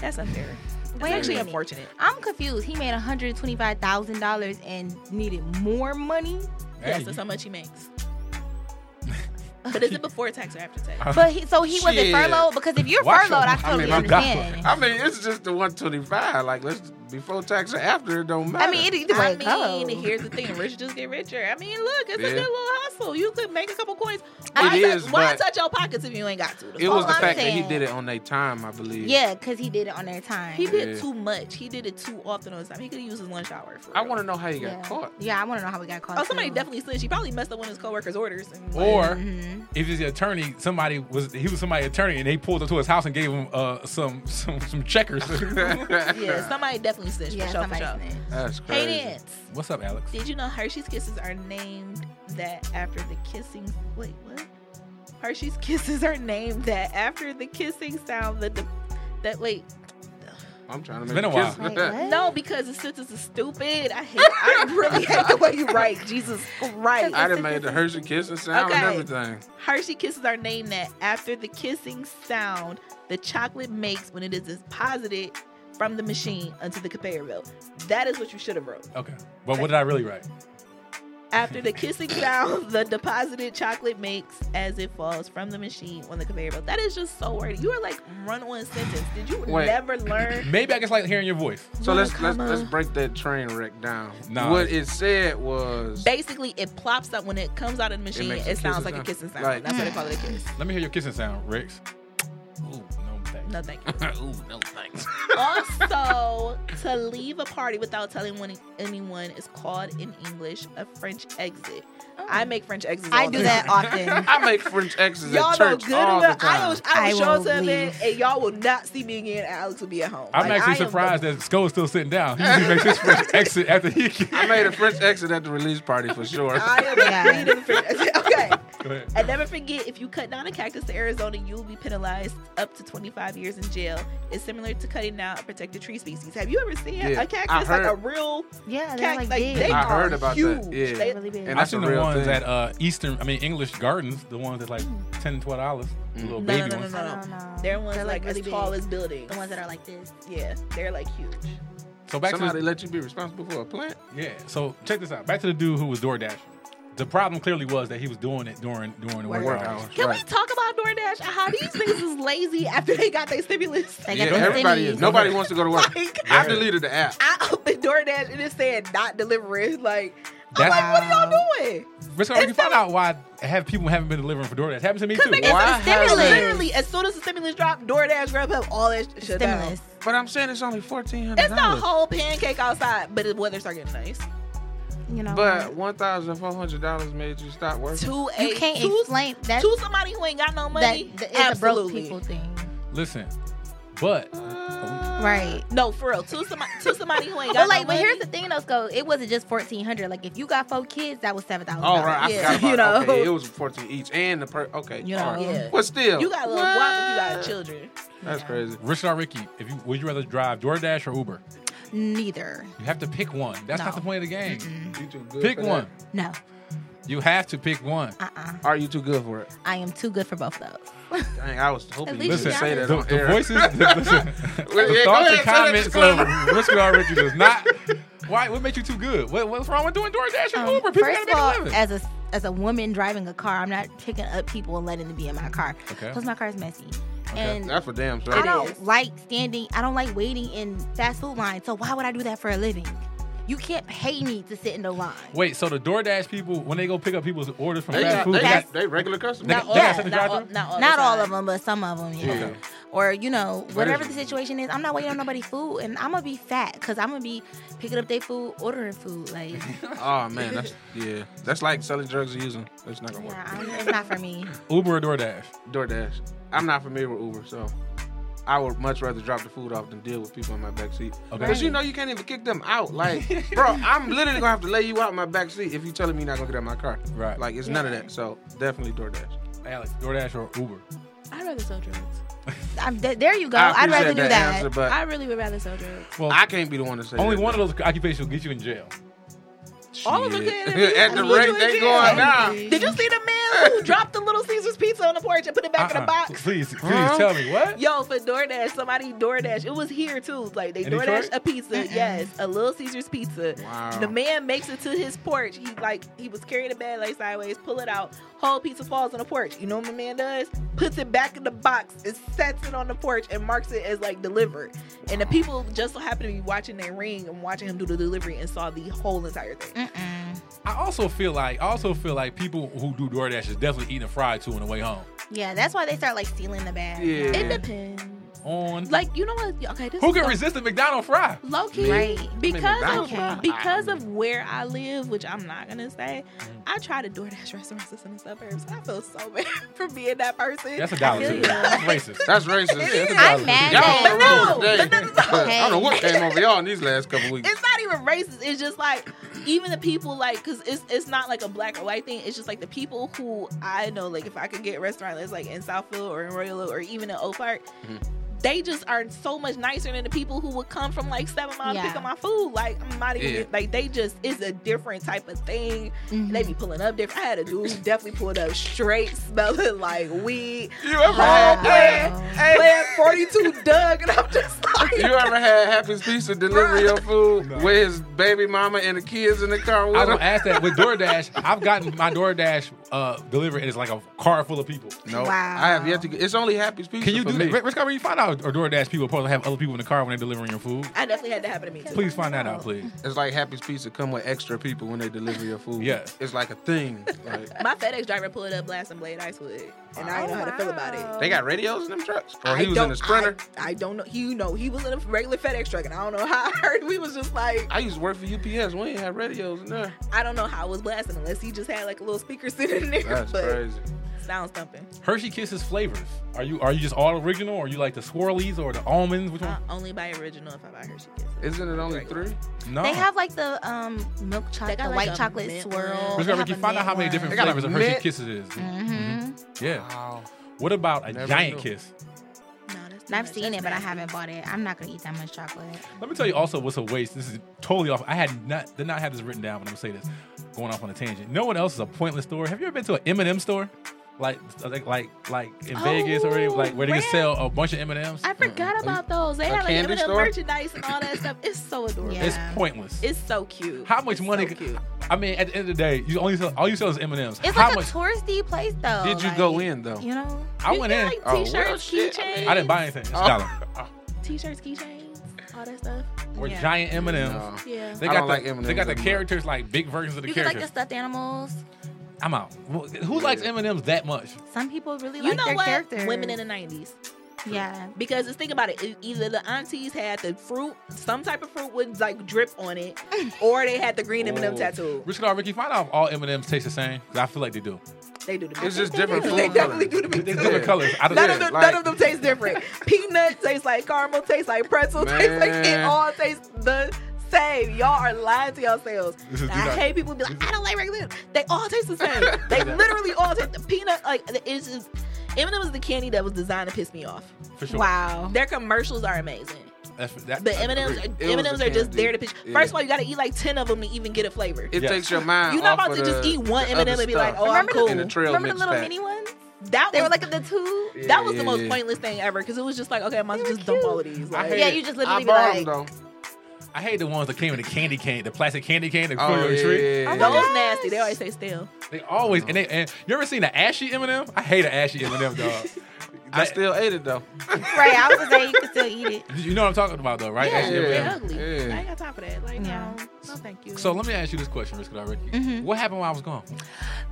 [SPEAKER 4] That's unfair. That's
[SPEAKER 8] Wait a
[SPEAKER 4] actually
[SPEAKER 8] minute.
[SPEAKER 4] unfortunate.
[SPEAKER 8] I'm confused. He made $125,000 and needed more money,
[SPEAKER 4] Yes,
[SPEAKER 3] Hey,
[SPEAKER 4] that's how much he makes. but is it before tax or after tax?
[SPEAKER 8] but he so he wasn't
[SPEAKER 2] Shit.
[SPEAKER 8] furloughed because if you're
[SPEAKER 3] Watch
[SPEAKER 8] furloughed,
[SPEAKER 3] your-
[SPEAKER 8] I
[SPEAKER 3] I
[SPEAKER 8] totally
[SPEAKER 2] mean, I'm
[SPEAKER 3] not-
[SPEAKER 8] understand.
[SPEAKER 2] I mean, it's just the 125. Like, let's before tax or after, it don't matter.
[SPEAKER 8] I mean, it either way
[SPEAKER 4] I mean,
[SPEAKER 8] go.
[SPEAKER 4] here's the thing: rich just get richer. I mean, look, it's
[SPEAKER 2] Yeah.
[SPEAKER 4] a good little hustle. You could make a couple coins. Why,
[SPEAKER 2] It
[SPEAKER 4] touch,
[SPEAKER 2] is,
[SPEAKER 4] why
[SPEAKER 2] but-
[SPEAKER 4] touch your pockets if you ain't got to? The
[SPEAKER 2] it was
[SPEAKER 8] all
[SPEAKER 2] the
[SPEAKER 8] I'm
[SPEAKER 2] fact that he
[SPEAKER 8] saying-
[SPEAKER 2] did it on their time, I believe.
[SPEAKER 8] Yeah, because he did it on their time.
[SPEAKER 4] He did
[SPEAKER 2] Yeah.
[SPEAKER 4] too much. He did it too often on his time. He could have used his lunch hour. For
[SPEAKER 2] I
[SPEAKER 4] real.
[SPEAKER 2] want to know how he got
[SPEAKER 8] yeah.
[SPEAKER 2] caught.
[SPEAKER 8] Yeah, I want to know how we got caught.
[SPEAKER 4] Oh, somebody
[SPEAKER 8] too.
[SPEAKER 4] definitely slid. She probably messed up one of his coworkers' orders. And like,
[SPEAKER 3] Or
[SPEAKER 4] Mm-hmm.
[SPEAKER 8] Mhm.
[SPEAKER 3] if he's the attorney, somebody was he was somebody's attorney and they pulled up to his house and gave him uh, some some some checkers.
[SPEAKER 4] yeah, somebody definitely snitched
[SPEAKER 8] Yeah,
[SPEAKER 4] for sure. For
[SPEAKER 8] somebody
[SPEAKER 4] sure.
[SPEAKER 8] snitched.
[SPEAKER 2] That's
[SPEAKER 4] Hey,
[SPEAKER 2] crazy.
[SPEAKER 4] Nance,
[SPEAKER 3] What's up, Alex?
[SPEAKER 4] did you know Hershey's Kisses are named that after the kissing? Wait, what? Hershey's Kisses are named that after the kissing sound that the that wait
[SPEAKER 2] I'm trying to
[SPEAKER 3] It's
[SPEAKER 2] make
[SPEAKER 3] been a
[SPEAKER 2] kiss.
[SPEAKER 8] Wait, what?
[SPEAKER 4] No, because the sentence is stupid. I hate. I really hate the way you write. Jesus Christ.
[SPEAKER 2] I done made the Hershey kissing sound
[SPEAKER 4] Okay.
[SPEAKER 2] and everything.
[SPEAKER 4] Hershey Kisses are named that after the kissing sound the chocolate makes when it is deposited from the machine onto the conveyor belt. That is what you should have wrote.
[SPEAKER 3] Okay, but what did I really write?
[SPEAKER 4] After the kissing sound the deposited chocolate makes as it falls from the machine on the conveyor belt. That is just so wordy. You are like run on sentence. Did you
[SPEAKER 2] Wait.
[SPEAKER 4] never learn?
[SPEAKER 3] Maybe I just like hearing your voice.
[SPEAKER 2] So let's let's,
[SPEAKER 4] comma.
[SPEAKER 2] let's break that train wreck down.
[SPEAKER 3] Nah.
[SPEAKER 2] What it said was
[SPEAKER 4] Basically, it plops up when it comes out of the machine.
[SPEAKER 2] makes
[SPEAKER 4] It,
[SPEAKER 2] a
[SPEAKER 4] sounds
[SPEAKER 2] kissing
[SPEAKER 4] like a
[SPEAKER 2] sound. Mm.
[SPEAKER 4] kissing sound.
[SPEAKER 2] Like-
[SPEAKER 4] That's what they call it a kiss.
[SPEAKER 3] Let me hear your kissing sound, Rex. Ooh, no thanks.
[SPEAKER 4] No, thank you.
[SPEAKER 2] Ooh, no thanks.
[SPEAKER 4] also, to leave a party without telling one, anyone is called in English a French exit. I make French exits.
[SPEAKER 8] Oh. I
[SPEAKER 4] all
[SPEAKER 8] do
[SPEAKER 4] the
[SPEAKER 8] that
[SPEAKER 4] time.
[SPEAKER 8] often.
[SPEAKER 2] I make French exes
[SPEAKER 4] Y'all
[SPEAKER 2] at
[SPEAKER 4] know
[SPEAKER 2] church
[SPEAKER 4] good
[SPEAKER 2] all
[SPEAKER 4] and
[SPEAKER 2] the
[SPEAKER 4] well.
[SPEAKER 2] time.
[SPEAKER 4] I will, I will show
[SPEAKER 8] I will
[SPEAKER 4] up to an event
[SPEAKER 8] leave.
[SPEAKER 4] and y'all will not see me again. and Alex will be at home.
[SPEAKER 3] I'm
[SPEAKER 4] Like, I
[SPEAKER 3] actually
[SPEAKER 4] am the-
[SPEAKER 3] surprised that Skull still sitting down. He usually makes his first exit after he.
[SPEAKER 2] I made a French exit at the release party for sure.
[SPEAKER 4] I am the
[SPEAKER 8] Yeah.
[SPEAKER 4] queen of the French exit. Okay.
[SPEAKER 3] Go ahead.
[SPEAKER 4] And never forget, if you cut down a cactus to Arizona, you will be penalized up to 25 years in jail. It's similar to cutting down a protected tree species. Have you ever seen
[SPEAKER 2] Yeah,
[SPEAKER 4] a
[SPEAKER 2] I
[SPEAKER 4] cactus, like a
[SPEAKER 2] heard-
[SPEAKER 4] real
[SPEAKER 8] Yeah, they're
[SPEAKER 4] cactus?
[SPEAKER 8] like,
[SPEAKER 4] Like,
[SPEAKER 8] big.
[SPEAKER 4] they
[SPEAKER 2] I
[SPEAKER 4] are
[SPEAKER 2] heard about that,
[SPEAKER 4] huge.
[SPEAKER 2] yeah.
[SPEAKER 4] They-
[SPEAKER 8] really big.
[SPEAKER 2] And
[SPEAKER 3] I've
[SPEAKER 2] that's a
[SPEAKER 3] seen the
[SPEAKER 2] real
[SPEAKER 3] ones
[SPEAKER 2] thing.
[SPEAKER 3] at uh, Eastern, I mean English Gardens, the ones that like 10 $12. dollars, the little
[SPEAKER 4] Mm. No,
[SPEAKER 3] baby
[SPEAKER 4] no, no,
[SPEAKER 3] ones.
[SPEAKER 4] no,
[SPEAKER 8] I
[SPEAKER 4] no,
[SPEAKER 8] don't know.
[SPEAKER 4] They're ones
[SPEAKER 8] They're,
[SPEAKER 4] like, as
[SPEAKER 8] really
[SPEAKER 4] tall
[SPEAKER 8] big.
[SPEAKER 4] as buildings.
[SPEAKER 8] the ones that are like this.
[SPEAKER 4] yeah, they're like huge.
[SPEAKER 3] So back to
[SPEAKER 2] Somebody
[SPEAKER 3] this-
[SPEAKER 2] let you be responsible for a plant?
[SPEAKER 3] yeah. So check this out. Back to the dude who was door DoorDash. The problem clearly was that he was doing it during during the work,
[SPEAKER 2] Work
[SPEAKER 3] hours.
[SPEAKER 2] hours,
[SPEAKER 4] Can
[SPEAKER 2] right.
[SPEAKER 4] we talk about DoorDash? and How these niggas is lazy after they got their stimulus?
[SPEAKER 8] They
[SPEAKER 2] Yeah,
[SPEAKER 8] got the
[SPEAKER 2] everybody
[SPEAKER 8] thingies.
[SPEAKER 2] is. Nobody wants to go to work.
[SPEAKER 4] Like-
[SPEAKER 2] I deleted the app.
[SPEAKER 4] I opened DoorDash and it said not delivery. Like, I'm
[SPEAKER 3] That's-
[SPEAKER 4] like, what are y'all doing?
[SPEAKER 3] But so you can find out why have people haven't been delivering for DoorDash. Happened to me too.
[SPEAKER 4] Because they
[SPEAKER 2] Why
[SPEAKER 4] got the stimulus.
[SPEAKER 2] haven't-
[SPEAKER 4] Literally, as soon as the stimulus dropped, DoorDash, Grubhub, all that sh- shut down.
[SPEAKER 8] Stimulus.
[SPEAKER 2] But I'm saying it's only fourteen hundred
[SPEAKER 4] It's not a
[SPEAKER 2] dollars.
[SPEAKER 4] whole pancake outside, but the weather's are getting nice.
[SPEAKER 8] You know.
[SPEAKER 2] But one thousand four hundred dollars made you stop working.
[SPEAKER 4] To a,
[SPEAKER 8] you can't
[SPEAKER 4] to,
[SPEAKER 8] explain that.
[SPEAKER 4] to somebody who ain't got no
[SPEAKER 8] That
[SPEAKER 4] money.
[SPEAKER 8] that is a broke
[SPEAKER 4] absolutely.
[SPEAKER 8] people thing.
[SPEAKER 2] Uh,
[SPEAKER 3] Listen, but
[SPEAKER 8] Right.
[SPEAKER 4] No, for real. To somebody, to somebody who ain't got
[SPEAKER 8] But like,
[SPEAKER 4] no
[SPEAKER 8] but here's
[SPEAKER 4] money.
[SPEAKER 8] the thing, though, Sco. It wasn't just fourteen hundred. Like, if you got four kids, that was seven thousand.
[SPEAKER 2] Oh, right. I
[SPEAKER 4] Yeah,
[SPEAKER 2] forgot
[SPEAKER 8] you
[SPEAKER 2] about
[SPEAKER 8] know.
[SPEAKER 2] Okay, it was 14 each. And the per. Okay.
[SPEAKER 8] You
[SPEAKER 2] all right.
[SPEAKER 8] know.
[SPEAKER 4] Yeah.
[SPEAKER 2] But still.
[SPEAKER 4] You got a little guap if you got children.
[SPEAKER 2] That's crazy.
[SPEAKER 3] Richard or Ricky, if you would you rather drive DoorDash or Uber?
[SPEAKER 8] Neither.
[SPEAKER 3] You have to pick one. That's not
[SPEAKER 8] No.
[SPEAKER 3] the point of the game.
[SPEAKER 2] You too good
[SPEAKER 3] Pick
[SPEAKER 2] for that.
[SPEAKER 3] one.
[SPEAKER 8] No.
[SPEAKER 3] You have to pick one.
[SPEAKER 8] Uh. uh
[SPEAKER 2] Are you too good for it?
[SPEAKER 8] I am too good for both of those.
[SPEAKER 2] Dang, I was hoping you would
[SPEAKER 8] least
[SPEAKER 3] Listen,
[SPEAKER 8] you
[SPEAKER 2] say that
[SPEAKER 8] got
[SPEAKER 3] the,
[SPEAKER 2] on
[SPEAKER 3] the
[SPEAKER 2] air.
[SPEAKER 3] voices, the, listen,
[SPEAKER 2] Yeah,
[SPEAKER 3] the
[SPEAKER 2] go
[SPEAKER 3] thoughts and
[SPEAKER 2] ahead, tell that to
[SPEAKER 3] comments of Richard or Ricky does not. Why? What makes you too good? What, what's wrong with doing DoorDash or
[SPEAKER 8] Um,
[SPEAKER 3] Uber? People
[SPEAKER 8] first
[SPEAKER 3] gotta
[SPEAKER 8] of all,
[SPEAKER 3] make a living.
[SPEAKER 8] as a as a woman driving a car, I'm not picking up people and letting them be in my car.
[SPEAKER 3] Okay.
[SPEAKER 8] Plus, my car is messy,
[SPEAKER 3] Okay.
[SPEAKER 8] and
[SPEAKER 2] That's for damn sure.
[SPEAKER 8] I don't like standing. I don't like waiting in fast food lines. So why would I do that for a living? You can't pay me to sit in the line.
[SPEAKER 3] Wait, so the DoorDash people, when they go pick up people's orders from
[SPEAKER 2] They,
[SPEAKER 3] fast
[SPEAKER 2] got,
[SPEAKER 3] food,
[SPEAKER 2] they,
[SPEAKER 3] they got,
[SPEAKER 2] got, they regular
[SPEAKER 3] they,
[SPEAKER 2] customers.
[SPEAKER 3] got-
[SPEAKER 8] Not
[SPEAKER 3] they
[SPEAKER 8] all.
[SPEAKER 3] got something to
[SPEAKER 4] Not
[SPEAKER 3] drive
[SPEAKER 4] all,
[SPEAKER 3] through?
[SPEAKER 4] not all,
[SPEAKER 8] Not
[SPEAKER 4] the
[SPEAKER 8] all of
[SPEAKER 4] time.
[SPEAKER 8] them, but some of them, yeah.
[SPEAKER 2] Yeah.
[SPEAKER 8] Or you know,
[SPEAKER 2] is
[SPEAKER 8] whatever
[SPEAKER 2] it?
[SPEAKER 8] the situation is, I'm not waiting on nobody food, and I'm gonna be fat because I'm gonna be picking up their food, ordering food. Like,
[SPEAKER 2] Oh man, that's yeah. That's like selling drugs and using. That's not gonna work.
[SPEAKER 8] yeah, I don't- it's not for me.
[SPEAKER 3] Uber or DoorDash?
[SPEAKER 2] DoorDash. I'm not familiar with Uber, so I would much rather drop the food off than deal with people in my back seat.
[SPEAKER 3] Okay.
[SPEAKER 2] Because you know you can't even kick them out. Like, bro, I'm literally gonna have to lay you out in my back seat if you telling me you're not gonna get out of my car.
[SPEAKER 3] Right.
[SPEAKER 2] Like it's none of that. So definitely DoorDash.
[SPEAKER 3] Alex, DoorDash or Uber?
[SPEAKER 4] I'd rather sell drugs.
[SPEAKER 8] I'm, th- there you go.
[SPEAKER 2] I
[SPEAKER 8] I'd rather
[SPEAKER 2] appreciate
[SPEAKER 8] do that.
[SPEAKER 2] answer, but
[SPEAKER 4] I
[SPEAKER 2] I,
[SPEAKER 4] really would rather sell drugs.
[SPEAKER 3] Well,
[SPEAKER 2] can't be the one to say
[SPEAKER 3] Oh. only
[SPEAKER 2] that,
[SPEAKER 3] one of
[SPEAKER 2] though.
[SPEAKER 3] those occupations will get you in jail.
[SPEAKER 4] All of them
[SPEAKER 2] Shit.
[SPEAKER 4] can interview-
[SPEAKER 2] At the
[SPEAKER 4] I mean,
[SPEAKER 2] rate
[SPEAKER 4] you
[SPEAKER 2] they
[SPEAKER 4] in
[SPEAKER 2] going
[SPEAKER 4] jail.
[SPEAKER 2] now.
[SPEAKER 4] Did you see the man who dropped the Little Caesars pizza on the porch and put it back in
[SPEAKER 3] Uh-uh.
[SPEAKER 4] a box?
[SPEAKER 3] Please, please
[SPEAKER 2] Huh?
[SPEAKER 3] tell me what?
[SPEAKER 4] Yo, for DoorDash, somebody DoorDash. It was here too. Like they
[SPEAKER 3] In
[SPEAKER 4] DoorDash
[SPEAKER 3] Detroit?
[SPEAKER 4] a pizza, yes, a Little Caesars pizza.
[SPEAKER 2] Wow.
[SPEAKER 4] The man makes it to his porch. He like he was carrying the bag like sideways, pull it out, whole pizza falls on the porch. You know what my man does? Puts it back in the box and sets it on the porch and marks it as like delivered. And the people just so happened to be watching their ring and watching him do the delivery and saw the whole entire thing.
[SPEAKER 8] Mm-mm.
[SPEAKER 3] I also feel like I also feel like people who do DoorDash is definitely eating a fry too on the way home.
[SPEAKER 8] Yeah, that's why they start like stealing the bag.
[SPEAKER 2] Yeah.
[SPEAKER 4] It depends.
[SPEAKER 3] On
[SPEAKER 4] Like you know what? Okay, this
[SPEAKER 3] who
[SPEAKER 4] is
[SPEAKER 3] can
[SPEAKER 4] so-
[SPEAKER 3] resist a McDonald's fry?
[SPEAKER 4] low key
[SPEAKER 8] Right.
[SPEAKER 4] because
[SPEAKER 2] McDonald's
[SPEAKER 4] of,
[SPEAKER 8] fry.
[SPEAKER 4] because of where I live, which I'm not gonna say, I try to DoorDash restaurants that's in the suburbs. I feel so bad for being that person.
[SPEAKER 3] That's a dollar
[SPEAKER 8] feel
[SPEAKER 3] too.
[SPEAKER 8] you.
[SPEAKER 3] That's racist.
[SPEAKER 2] That's racist.
[SPEAKER 8] I'm mad
[SPEAKER 2] Y'all
[SPEAKER 8] that
[SPEAKER 2] on the
[SPEAKER 4] But
[SPEAKER 2] road
[SPEAKER 4] no,
[SPEAKER 2] today.
[SPEAKER 4] but this is
[SPEAKER 2] I don't know what
[SPEAKER 4] okay.
[SPEAKER 2] came over y'all in these last couple weeks.
[SPEAKER 4] it's not even racist. It's just like even the people like because it's it's not like a black or white thing. It's just like the people who I know. Like if I could get a restaurant that's like in Southfield or in Royal Oak or even in Oak Park.
[SPEAKER 2] Mhm.
[SPEAKER 4] They just are so much nicer than the people who would come from like seven miles to
[SPEAKER 8] Yeah.
[SPEAKER 4] pick up my food. Like I'm not even
[SPEAKER 2] Yeah.
[SPEAKER 4] like they just it's a different type of thing.
[SPEAKER 8] Mhm.
[SPEAKER 4] They be pulling up different. I had a dude who definitely pulled up straight, smelling like weed,
[SPEAKER 2] You ever
[SPEAKER 4] Wow.
[SPEAKER 2] had hey, hey,
[SPEAKER 4] playing 42 Doug, and I'm just like,
[SPEAKER 2] You ever had Happy's Pizza deliver your food
[SPEAKER 3] No.
[SPEAKER 2] with his baby mama and the kids in the car with
[SPEAKER 3] I
[SPEAKER 2] him?
[SPEAKER 3] don't ask that with DoorDash. I've gotten my DoorDash uh, delivered, and it's like a car full of people.
[SPEAKER 2] no,
[SPEAKER 8] Wow.
[SPEAKER 2] I have yet to. get It's only Happy's Pizza.
[SPEAKER 3] Can you
[SPEAKER 2] for
[SPEAKER 3] do
[SPEAKER 2] me.
[SPEAKER 3] that? Rich, Rich, Carver, you find out or DoorDash people probably have other people in the car when they're delivering your food?
[SPEAKER 4] I definitely had that happen to me too.
[SPEAKER 3] Please find that out, please.
[SPEAKER 2] It's like Happy's Pizza come with extra people when they deliver your food.
[SPEAKER 3] Yeah.
[SPEAKER 2] it's like a thing. Like,
[SPEAKER 4] My FedEx driver pulled up last and blade Icewood, and I didn't know how to feel about it.
[SPEAKER 2] they got radios in them trucks. Or Oh, he was
[SPEAKER 4] I
[SPEAKER 2] in
[SPEAKER 4] don't-
[SPEAKER 2] a sprinter.
[SPEAKER 4] I, I don't know. He, you know, he was in a regular FedEx truck, and I don't know how I heard. We was just like,
[SPEAKER 2] I, used to work for UPS. We ain't had radios in there.
[SPEAKER 4] I don't know how it was blasting unless he just had like a little speaker sitting in there.
[SPEAKER 2] That's
[SPEAKER 4] but
[SPEAKER 2] crazy.
[SPEAKER 4] sound thumping.
[SPEAKER 3] Hershey Kisses flavors. Are you are you just all original, or you like the swirlies or the almonds? Which
[SPEAKER 4] I
[SPEAKER 8] Uh,
[SPEAKER 3] one?
[SPEAKER 4] only buy original if I buy Hershey Kisses.
[SPEAKER 2] Isn't it only
[SPEAKER 4] Regular.
[SPEAKER 2] three?
[SPEAKER 3] No.
[SPEAKER 8] They have like the um milk
[SPEAKER 4] They
[SPEAKER 8] chocolate,
[SPEAKER 4] got,
[SPEAKER 8] the
[SPEAKER 4] like,
[SPEAKER 8] white
[SPEAKER 4] a
[SPEAKER 8] chocolate
[SPEAKER 4] mint
[SPEAKER 8] swirl.
[SPEAKER 4] one.
[SPEAKER 3] Rich,
[SPEAKER 8] They
[SPEAKER 3] Carver,
[SPEAKER 8] have
[SPEAKER 3] can you
[SPEAKER 8] a
[SPEAKER 3] find out
[SPEAKER 8] mint
[SPEAKER 3] how many
[SPEAKER 8] one.
[SPEAKER 3] different
[SPEAKER 2] They got a
[SPEAKER 3] flavors of Hershey
[SPEAKER 2] mint-
[SPEAKER 3] Kisses is?
[SPEAKER 8] Mhm.
[SPEAKER 3] Yeah.
[SPEAKER 2] Wow.
[SPEAKER 3] What about a
[SPEAKER 2] Never
[SPEAKER 3] giant
[SPEAKER 2] knew.
[SPEAKER 3] kiss?
[SPEAKER 4] No, that's too
[SPEAKER 8] I've
[SPEAKER 3] Mm-hmm.
[SPEAKER 4] much.
[SPEAKER 8] seen
[SPEAKER 4] That's
[SPEAKER 8] it, but I
[SPEAKER 4] nasty.
[SPEAKER 8] haven't bought it. I'm not gonna eat that much chocolate.
[SPEAKER 3] Let me tell you also what's a waste. This is totally off. I had not did not have this written down, but I'm gonna say this. Going off on a tangent. No one else is a pointless store. Have you ever been to an M&M store? Like like like like in
[SPEAKER 8] Oh,
[SPEAKER 3] Vegas or any- like where they can
[SPEAKER 4] Oh,
[SPEAKER 3] sell a bunch of M&Ms?
[SPEAKER 4] I forgot about those. They
[SPEAKER 2] A
[SPEAKER 4] had like
[SPEAKER 2] candy
[SPEAKER 4] M&M
[SPEAKER 2] store?
[SPEAKER 4] merchandise and all that stuff. It's so adorable.
[SPEAKER 8] Yeah.
[SPEAKER 3] It's pointless.
[SPEAKER 4] It's so cute.
[SPEAKER 3] How much
[SPEAKER 4] It's
[SPEAKER 3] money?
[SPEAKER 4] So
[SPEAKER 3] could-
[SPEAKER 4] cute.
[SPEAKER 3] I mean, at the end of the day, you only sell, all you sell is M and M's.
[SPEAKER 8] It's
[SPEAKER 3] How
[SPEAKER 8] like
[SPEAKER 3] much?
[SPEAKER 8] a touristy place though.
[SPEAKER 2] Did you
[SPEAKER 8] like,
[SPEAKER 2] go in though?
[SPEAKER 8] You know,
[SPEAKER 3] I
[SPEAKER 4] Oh, You
[SPEAKER 3] went in.
[SPEAKER 4] get,
[SPEAKER 2] Oh, well,
[SPEAKER 4] Like, t-shirts,
[SPEAKER 2] shit, I
[SPEAKER 4] keychains.
[SPEAKER 2] mean-
[SPEAKER 3] I didn't buy anything. It's a
[SPEAKER 2] Oh.
[SPEAKER 3] dollar.
[SPEAKER 4] T-shirts, keychains, all that stuff.
[SPEAKER 3] Or
[SPEAKER 8] Yeah.
[SPEAKER 3] giant M and
[SPEAKER 2] No.
[SPEAKER 3] M's.
[SPEAKER 4] Yeah.
[SPEAKER 3] They
[SPEAKER 2] I
[SPEAKER 3] got
[SPEAKER 2] don't
[SPEAKER 3] the
[SPEAKER 2] like M&Ms
[SPEAKER 3] they got the
[SPEAKER 2] anymore.
[SPEAKER 3] characters like big versions of the
[SPEAKER 8] you get like the
[SPEAKER 3] characters.
[SPEAKER 8] stuffed animals.
[SPEAKER 3] I'm out. Well, Who likes M and M's that much?
[SPEAKER 8] Some people really
[SPEAKER 4] You
[SPEAKER 8] like
[SPEAKER 4] know
[SPEAKER 8] their
[SPEAKER 4] what?
[SPEAKER 8] characters.
[SPEAKER 4] Women in the nineties.
[SPEAKER 8] Yeah.
[SPEAKER 4] Because just think about it. it- Either the aunties had the fruit, some type of fruit with like drip on it, or they had the green M&M
[SPEAKER 3] Oh.
[SPEAKER 4] tattoo.
[SPEAKER 3] Rich Ricky, find out if all M&Ms taste the same. 'Cause I feel like they do.
[SPEAKER 4] They do the
[SPEAKER 2] It's just different
[SPEAKER 4] They
[SPEAKER 2] food
[SPEAKER 4] definitely
[SPEAKER 2] colors.
[SPEAKER 4] do the
[SPEAKER 3] They're different colors. I don't
[SPEAKER 4] None,
[SPEAKER 3] know.
[SPEAKER 4] of them,
[SPEAKER 2] like-
[SPEAKER 4] none of them taste different. Peanut tastes like caramel, tastes like pretzel, tastes like it
[SPEAKER 2] Man.
[SPEAKER 4] all tastes the same. Y'all are lying to yourselves.
[SPEAKER 3] This is- do
[SPEAKER 4] And I
[SPEAKER 3] not-
[SPEAKER 4] hate people who be like, I don't like regular. milk." They all taste the same. They literally all taste the peanut. Like it's just M&M is the candy that was designed to piss me off.
[SPEAKER 3] For sure.
[SPEAKER 8] Wow.
[SPEAKER 4] Their commercials are amazing,
[SPEAKER 3] That's, that,
[SPEAKER 4] but
[SPEAKER 3] I
[SPEAKER 4] M&Ms,
[SPEAKER 2] agree. It was
[SPEAKER 4] M&Ms
[SPEAKER 2] a
[SPEAKER 4] are just
[SPEAKER 2] candy.
[SPEAKER 4] there to piss.
[SPEAKER 2] Yeah.
[SPEAKER 4] First of all, you got to eat like ten of them to even get a flavor.
[SPEAKER 2] It
[SPEAKER 3] Yeah.
[SPEAKER 2] takes your mind.
[SPEAKER 4] You're not
[SPEAKER 2] off
[SPEAKER 4] about to
[SPEAKER 2] of
[SPEAKER 4] just
[SPEAKER 2] the-
[SPEAKER 4] eat one
[SPEAKER 2] the
[SPEAKER 4] M&M
[SPEAKER 2] other
[SPEAKER 4] and be like,
[SPEAKER 2] stuff.
[SPEAKER 4] "Oh, I'm
[SPEAKER 8] Remember the-
[SPEAKER 4] cool."
[SPEAKER 2] In the trail
[SPEAKER 8] Remember the
[SPEAKER 2] mix
[SPEAKER 8] little
[SPEAKER 2] pack.
[SPEAKER 8] mini ones?
[SPEAKER 4] that was
[SPEAKER 8] They were like the two.
[SPEAKER 2] Yeah,
[SPEAKER 4] that was
[SPEAKER 2] yeah,
[SPEAKER 4] the most
[SPEAKER 2] yeah.
[SPEAKER 4] pointless thing ever because it was just like, okay, I might as well
[SPEAKER 8] They were
[SPEAKER 4] just dump
[SPEAKER 8] cute.
[SPEAKER 4] all of these.
[SPEAKER 3] I
[SPEAKER 4] Like,
[SPEAKER 3] hate
[SPEAKER 8] Yeah,
[SPEAKER 3] it.
[SPEAKER 8] you just
[SPEAKER 2] I
[SPEAKER 8] literally be
[SPEAKER 2] bought
[SPEAKER 8] like,
[SPEAKER 2] them though.
[SPEAKER 3] I hate the ones that came in the candy cane, the plastic candy cane that grew
[SPEAKER 2] Oh
[SPEAKER 3] on
[SPEAKER 2] yeah,
[SPEAKER 3] your tree.
[SPEAKER 2] yeah,
[SPEAKER 4] Those
[SPEAKER 2] yeah.
[SPEAKER 4] nasty. They always say stale.
[SPEAKER 3] They always and, they, and you ever seen an ashy M&M? I hate an ashy M&M, dog.
[SPEAKER 2] I
[SPEAKER 3] That-
[SPEAKER 2] still ate it though.
[SPEAKER 8] right, I was gonna say you could still eat it.
[SPEAKER 3] you know what I'm talking about though, right?
[SPEAKER 4] Yeah,
[SPEAKER 3] Ashy
[SPEAKER 4] they're
[SPEAKER 2] yeah,
[SPEAKER 4] ugly.
[SPEAKER 2] yeah.
[SPEAKER 4] I ain't got time for that. Like,
[SPEAKER 8] Yeah.
[SPEAKER 4] no, no, thank you.
[SPEAKER 3] So let me ask you this question, Rich Ricky.
[SPEAKER 4] Mm-hmm.
[SPEAKER 3] What happened while I was gone?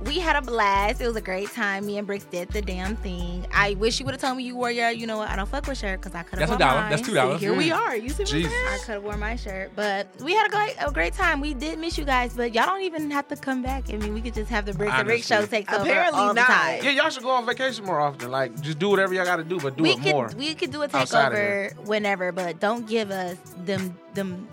[SPEAKER 8] We had a blast. It was a great time. Me and Bricks did the damn thing. I wish you would have told me you wore your. You know what? I don't fuck with shirt because I could have.
[SPEAKER 3] That's a
[SPEAKER 8] worn
[SPEAKER 3] dollar.
[SPEAKER 8] Mine.
[SPEAKER 3] That's two dollars.
[SPEAKER 4] here we are. You see what I'm
[SPEAKER 2] Jesus.
[SPEAKER 4] saying?
[SPEAKER 8] I could have worn my shirt, but we had a great, a great time. We did miss you guys, but y'all don't even have to come back. I mean, we could just have the Bricks and Rick
[SPEAKER 3] Honestly.
[SPEAKER 8] show take over
[SPEAKER 4] Apparently
[SPEAKER 8] all
[SPEAKER 4] not.
[SPEAKER 8] the time.
[SPEAKER 2] Yeah, y'all should go on vacation more often. Like, just do whatever y'all got to do, but do
[SPEAKER 8] we
[SPEAKER 2] it
[SPEAKER 8] could
[SPEAKER 2] more.
[SPEAKER 8] we could do a
[SPEAKER 2] Outside of here.
[SPEAKER 8] takeover whenever, but don't give us them them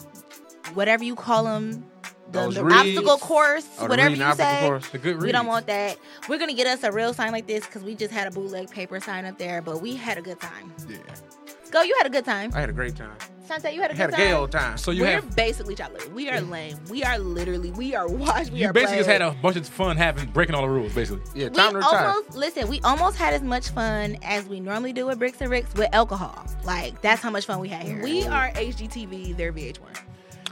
[SPEAKER 8] whatever you call them the,
[SPEAKER 2] Those
[SPEAKER 8] the
[SPEAKER 2] reeds.
[SPEAKER 8] obstacle course,
[SPEAKER 2] Oh, the
[SPEAKER 8] whatever
[SPEAKER 2] reading
[SPEAKER 8] you
[SPEAKER 2] obstacle
[SPEAKER 8] say.
[SPEAKER 2] course.
[SPEAKER 3] The good reason.
[SPEAKER 8] We don't want that. We're gonna get us a real sign like this because we just had a bootleg paper sign up there, but we had a good time.
[SPEAKER 3] Yeah.
[SPEAKER 8] Go, you had a good time.
[SPEAKER 2] I had a great time.
[SPEAKER 8] Santa, you had a
[SPEAKER 2] I
[SPEAKER 8] good
[SPEAKER 2] had a
[SPEAKER 8] time.
[SPEAKER 2] gay old time.
[SPEAKER 3] So you
[SPEAKER 4] We're
[SPEAKER 3] have
[SPEAKER 4] basically chocolate. We are lame. We are literally. We are washed. We
[SPEAKER 3] you
[SPEAKER 4] are
[SPEAKER 3] basically just
[SPEAKER 4] played.
[SPEAKER 3] had a bunch of fun having breaking all the rules, basically.
[SPEAKER 2] Yeah,
[SPEAKER 8] We
[SPEAKER 2] time to retire.
[SPEAKER 8] almost listen. We almost had as much fun as we normally do with Bricks and Ricks with alcohol. Like that's how much fun we had here.
[SPEAKER 4] We are HGTV. They're VH1.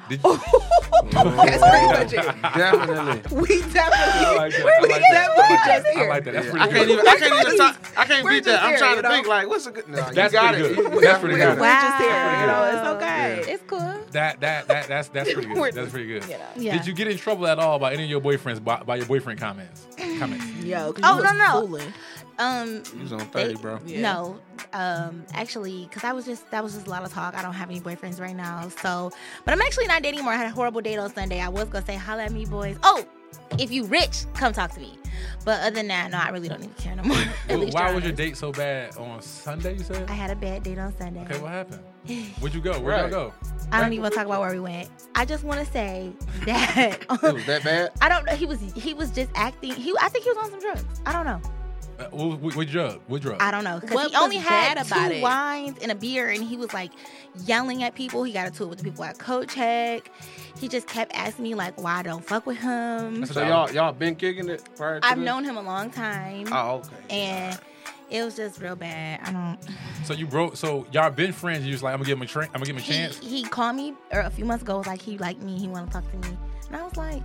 [SPEAKER 3] Did
[SPEAKER 4] Oh,
[SPEAKER 3] you,
[SPEAKER 4] That's pretty much it.
[SPEAKER 2] Definitely.
[SPEAKER 4] We definitely.
[SPEAKER 3] like that.
[SPEAKER 4] we
[SPEAKER 3] I like that.
[SPEAKER 4] definitely
[SPEAKER 3] I like
[SPEAKER 4] just
[SPEAKER 3] that.
[SPEAKER 4] here.
[SPEAKER 3] I like that. That's
[SPEAKER 2] Yeah,
[SPEAKER 3] pretty
[SPEAKER 2] I
[SPEAKER 3] good.
[SPEAKER 2] can't even. I can't even. Talk, I can't
[SPEAKER 4] We're
[SPEAKER 2] beat that.
[SPEAKER 4] just
[SPEAKER 2] I'm
[SPEAKER 4] here,
[SPEAKER 2] trying
[SPEAKER 4] you
[SPEAKER 2] to
[SPEAKER 4] know?
[SPEAKER 2] think like, what's a good? No, you
[SPEAKER 3] That's
[SPEAKER 2] got
[SPEAKER 3] pretty
[SPEAKER 2] it.
[SPEAKER 3] good.
[SPEAKER 2] You-
[SPEAKER 3] That's pretty
[SPEAKER 2] we got
[SPEAKER 3] good.
[SPEAKER 2] it.
[SPEAKER 4] We're just here. You know,
[SPEAKER 8] Wow.
[SPEAKER 4] it's okay.
[SPEAKER 8] It's cool.
[SPEAKER 3] That that that that's that's pretty
[SPEAKER 4] We're-
[SPEAKER 3] good. That's pretty good.
[SPEAKER 4] You know.
[SPEAKER 8] Yeah.
[SPEAKER 3] Did you get in trouble at all by any of your boyfriends by, by your boyfriend comments? Comments.
[SPEAKER 4] Yo, 'cause
[SPEAKER 8] Oh,
[SPEAKER 4] you
[SPEAKER 8] no,
[SPEAKER 4] was
[SPEAKER 8] no.
[SPEAKER 4] fooling.
[SPEAKER 8] Um,
[SPEAKER 2] You was on thirty,
[SPEAKER 8] They-
[SPEAKER 2] bro.
[SPEAKER 4] Yeah.
[SPEAKER 8] No, um, actually, because I was just that was just a lot of talk. I don't have any boyfriends right now, so but I'm actually not dating anymore. I had a horrible date on Sunday. I was gonna say holla at me, boys. Oh, if you rich, come talk to me. But other than that, no, I really don't even care no more. At least
[SPEAKER 3] Why
[SPEAKER 8] you're
[SPEAKER 3] was your
[SPEAKER 8] honest.
[SPEAKER 3] date so bad on Sunday? You said.
[SPEAKER 8] I had a bad date on Sunday.
[SPEAKER 3] Okay, what happened? Where'd you go? Where'd
[SPEAKER 2] Right.
[SPEAKER 3] y'all go?
[SPEAKER 8] I don't even want to talk about where we went. I just want to say that
[SPEAKER 2] It was that bad.
[SPEAKER 8] I don't know. He was he was just acting. He I think he was on some drugs. I don't know.
[SPEAKER 3] Uh, what, what, what drug? What drug?
[SPEAKER 8] I don't know because
[SPEAKER 4] What
[SPEAKER 8] he only
[SPEAKER 4] was
[SPEAKER 8] had
[SPEAKER 4] bad
[SPEAKER 8] two
[SPEAKER 4] about it?
[SPEAKER 8] wines and a beer, and he was like yelling at people. He got into it with the people at Coach Heck. He just kept asking me like, "Why I don't fuck with him?"
[SPEAKER 3] That's
[SPEAKER 2] So y'all, y'all been kicking it prior to
[SPEAKER 8] I've
[SPEAKER 2] this?
[SPEAKER 8] known him a long time,
[SPEAKER 2] Oh, okay.
[SPEAKER 8] and it was just real bad. I don't.
[SPEAKER 3] So you broke. So y'all been friends. You was like, I'm gonna give him a tra- I'm gonna give him a
[SPEAKER 8] He,
[SPEAKER 3] chance.
[SPEAKER 8] he called me or a few months ago. Was like he liked me. He want to talk to me, and I was like,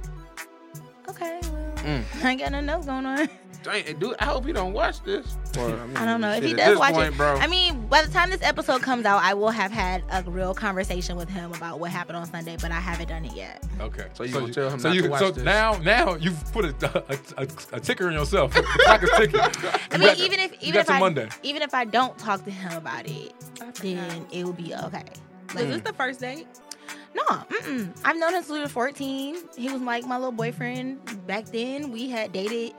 [SPEAKER 8] "Okay, well,
[SPEAKER 2] Mm.
[SPEAKER 8] I ain't got nothing else going on."
[SPEAKER 2] Dang, dude, I hope he don't watch this. Or, I, mean,
[SPEAKER 8] I don't know if
[SPEAKER 2] shit,
[SPEAKER 8] he
[SPEAKER 2] at
[SPEAKER 8] does
[SPEAKER 2] this
[SPEAKER 8] watch
[SPEAKER 2] point,
[SPEAKER 8] it.
[SPEAKER 2] bro.
[SPEAKER 8] I mean, by the time this episode comes out, I will have had a real conversation with him about what happened on Sunday, but I haven't done it yet.
[SPEAKER 3] Okay.
[SPEAKER 2] So you gonna tell him not to watch
[SPEAKER 3] so
[SPEAKER 2] this.
[SPEAKER 3] now, now you've put a, a, a, a ticker in yourself. The clock is ticking.
[SPEAKER 8] I
[SPEAKER 3] You
[SPEAKER 8] mean,
[SPEAKER 3] got-
[SPEAKER 8] even if
[SPEAKER 3] you
[SPEAKER 8] even
[SPEAKER 3] got
[SPEAKER 8] if
[SPEAKER 3] till
[SPEAKER 8] I
[SPEAKER 3] Monday.
[SPEAKER 8] even if I don't talk to him about it, then it will be okay.
[SPEAKER 4] Was this the first date?
[SPEAKER 8] No, mm-mm. I've known him since we were 14. He was like my little boyfriend back then. We had dated,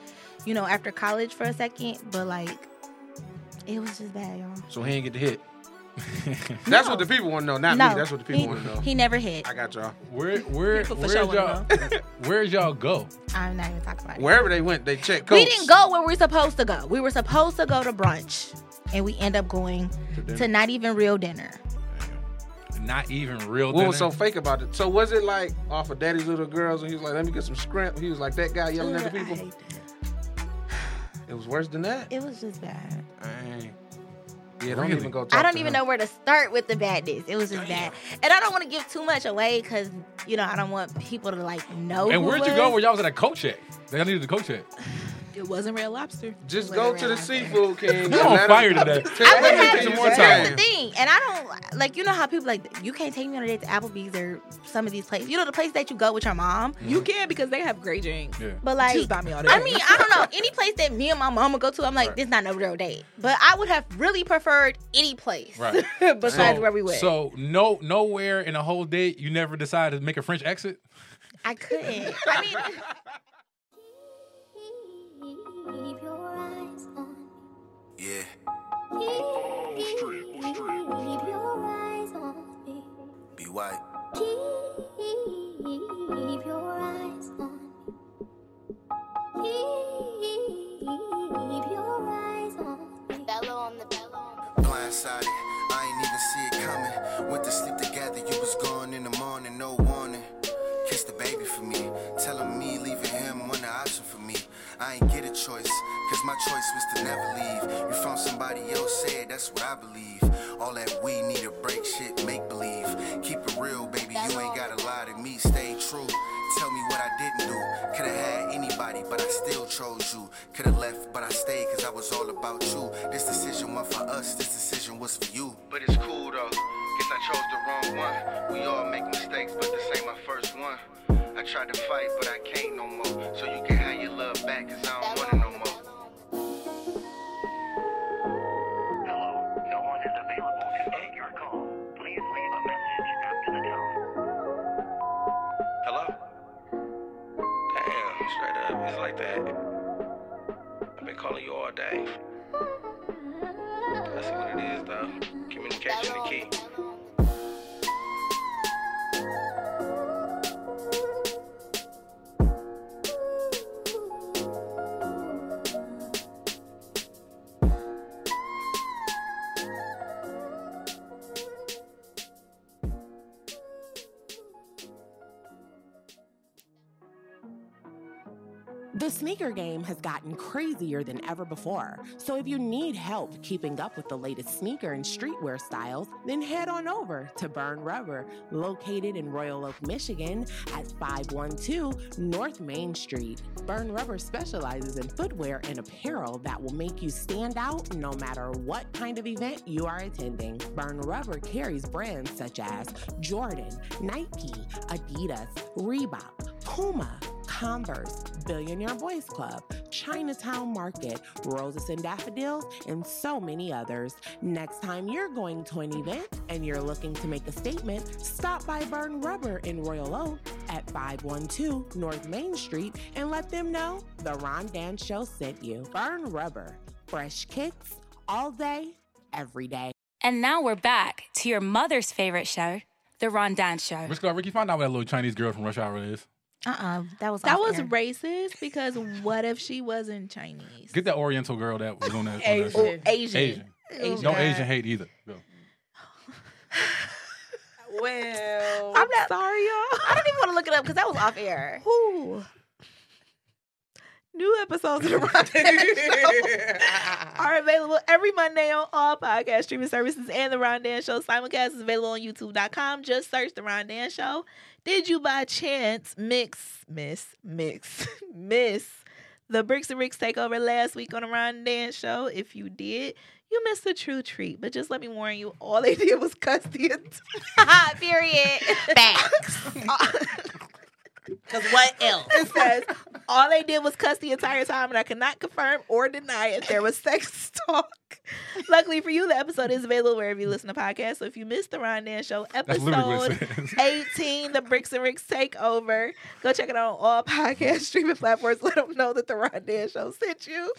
[SPEAKER 8] you know, after college for a second, but like, it was just bad, y'all.
[SPEAKER 2] so he ain't get the hit. That's what the people want to know, not me. That's what the people
[SPEAKER 8] he-
[SPEAKER 2] want to know.
[SPEAKER 8] He never hit.
[SPEAKER 2] I got y'all.
[SPEAKER 3] Where where
[SPEAKER 4] People for
[SPEAKER 3] where
[SPEAKER 4] sure
[SPEAKER 3] would y'all
[SPEAKER 4] wanna
[SPEAKER 3] where y'all go?
[SPEAKER 8] I'm not even talking about it.
[SPEAKER 2] Wherever they went, they checked.
[SPEAKER 8] We
[SPEAKER 2] coats.
[SPEAKER 8] didn't go where we were supposed to go. We were supposed to go to brunch, and we end up going
[SPEAKER 2] dinner.
[SPEAKER 8] to not even real dinner.
[SPEAKER 3] Not even real.
[SPEAKER 2] What was so
[SPEAKER 3] dinner?
[SPEAKER 2] fake about it? So was it like off of Daddy's Little Girls and he was like, "Let me get some scrimp." He was like that guy yelling at the
[SPEAKER 4] Ugh, I
[SPEAKER 2] people.
[SPEAKER 4] hate
[SPEAKER 2] It was worse than that.
[SPEAKER 8] It was just bad.
[SPEAKER 2] Dang. Yeah, don't
[SPEAKER 3] Really?
[SPEAKER 2] even go. Talk
[SPEAKER 8] I don't
[SPEAKER 2] to
[SPEAKER 8] even
[SPEAKER 2] him.
[SPEAKER 8] know where to start with the badness. It was just bad, and I don't want to give too much away because you know I don't want people to like know.
[SPEAKER 3] And
[SPEAKER 8] who
[SPEAKER 3] where'd you
[SPEAKER 8] was.
[SPEAKER 3] go? Where y'all was at a coat check? They needed a coat check.
[SPEAKER 4] It wasn't Red Lobster.
[SPEAKER 2] Just
[SPEAKER 8] With
[SPEAKER 2] go
[SPEAKER 8] a
[SPEAKER 2] to the
[SPEAKER 8] red lobster.
[SPEAKER 2] seafood king.
[SPEAKER 3] You on fire today.
[SPEAKER 2] Tell
[SPEAKER 8] I would
[SPEAKER 2] that nigga
[SPEAKER 8] have to.
[SPEAKER 2] some more
[SPEAKER 8] That's the
[SPEAKER 2] time.
[SPEAKER 8] thing, and I don't like. You know how people like you can't take me on a date to Applebee's or some of these places. You know the place that you go with your mom,
[SPEAKER 4] You can because they have great drinks.
[SPEAKER 3] Yeah.
[SPEAKER 8] but like.
[SPEAKER 4] Just buy me all that.
[SPEAKER 8] I mean, I don't know any place that me and my mama go to. I'm like,
[SPEAKER 2] Right.
[SPEAKER 8] this not no real date, but I would have really preferred any place
[SPEAKER 3] Right.
[SPEAKER 8] besides
[SPEAKER 3] so,
[SPEAKER 8] where we went.
[SPEAKER 3] So no, nowhere in a whole date you never decide to make a French exit.
[SPEAKER 8] I couldn't. I mean,
[SPEAKER 9] Keep your eyes on me.
[SPEAKER 6] Yeah.
[SPEAKER 9] Keep your eyes on me.
[SPEAKER 6] Be white.
[SPEAKER 9] Keep your eyes on me. Keep your eyes on me. Bellow on the bellow on the
[SPEAKER 10] blindsided. I ain't even see it coming. Went to sleep together, you was gone in the morning, no warning. Kiss the baby for me, telling me leaving him wasn't an option for me. I ain't get a choice, cause my choice was to never leave. You found somebody else, said that's what I believe. All that we need a break, shit, make believe. Keep it real, baby, you ain't gotta lie to me, stay true. Tell me what I didn't do. Could've had anybody, but I still chose you. Could've left, but I stayed, cause I was all about you. This decision wasn't for us, this decision was for you. But it's cool though, guess I chose the wrong one. We all make mistakes, but this ain't my first one. I tried to fight, but I can't no more. So you can have your love back, cause I don't want it no more.
[SPEAKER 11] Hello, no one is available to take your call. Please leave a message after the tone.
[SPEAKER 2] Hello? Damn, straight up, it's like that. I've been calling you all day. I see what it is, though. Communication the key.
[SPEAKER 7] The sneaker game has gotten crazier than ever before, so if you need help keeping up with the latest sneaker and streetwear styles, then head on over to Burn Rubber, located in Royal Oak, Michigan at 512 North Main Street. Burn Rubber specializes in footwear and apparel that will make you stand out no matter what kind of event you are attending. Burn Rubber carries brands such as Jordan, Nike, Adidas, Reebok, Puma, Converse, Billionaire Boys Club, Chinatown Market, Roses and Daffodils, and so many others. Next time you're going to an event and you're looking to make a statement, stop by Burn Rubber in Royal Oak at 512 North Main Street and let them know the Ron Dan Show sent you. Burn Rubber, fresh kicks all day, every day.
[SPEAKER 1] And now we're back to your mother's favorite show, The Ron Dan Show.
[SPEAKER 3] Ricky, Ricky, find out what that little Chinese girl from Rush Hour is.
[SPEAKER 8] uh, uh that was
[SPEAKER 4] that
[SPEAKER 8] off
[SPEAKER 4] was
[SPEAKER 8] air.
[SPEAKER 4] racist because what if she wasn't Chinese?
[SPEAKER 3] Get that Oriental girl that was on that. on that
[SPEAKER 5] Asian.
[SPEAKER 3] show.
[SPEAKER 8] Asian.
[SPEAKER 3] Asian.
[SPEAKER 4] Asian.
[SPEAKER 3] No Asian hate either. Go.
[SPEAKER 5] Well,
[SPEAKER 4] I'm not sorry, y'all.
[SPEAKER 8] I don't even want to look it up because that was off air.
[SPEAKER 4] Ooh. New episodes of the Rondé Show are available every Monday on all podcast streaming services and the Rondé Show simulcast is available on YouTube.com. Just search the Rondé Show. Did you by chance mix, miss, mix, miss the Bricks and Ricks takeover last week on the Rondé Show? If you did, you missed a true treat. But just let me warn you, all they did was cuss the
[SPEAKER 8] Period. Facts. Because what else?
[SPEAKER 4] It says all they did was cuss the entire time, and I cannot confirm or deny if there was sex talk. Luckily for you, the episode is available wherever you listen to podcasts. So if you missed the Ron Dan Show
[SPEAKER 3] That's literally what
[SPEAKER 4] episode
[SPEAKER 3] it says.
[SPEAKER 4] 18, the Bricks and Ricks Takeover, go check it out on all podcast streaming platforms. Let them know that the Ron Dan Show sent you.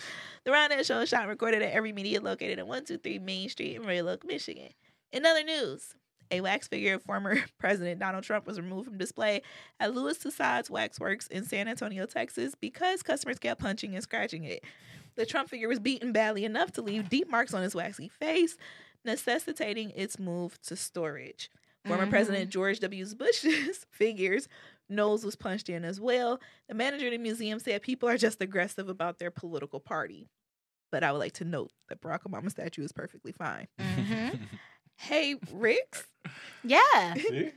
[SPEAKER 4] The Ron Dan Show is shot and recorded at every media located at 123 Main Street in Royal Oak, Michigan. In other news, a wax figure of former President Donald Trump was removed from display at Louis Tussauds Waxworks in San Antonio, Texas, because customers kept punching and scratching it. The Trump figure was beaten badly enough to leave deep marks on his waxy face, necessitating its move to storage. Former President George W. Bush's figures nose was punched in as well. The manager of the museum said people are just aggressive about their political party. But I would like to note that Barack Obama statue is perfectly fine.
[SPEAKER 8] hmm
[SPEAKER 4] Hey, Ricks.
[SPEAKER 8] Yeah.
[SPEAKER 3] See?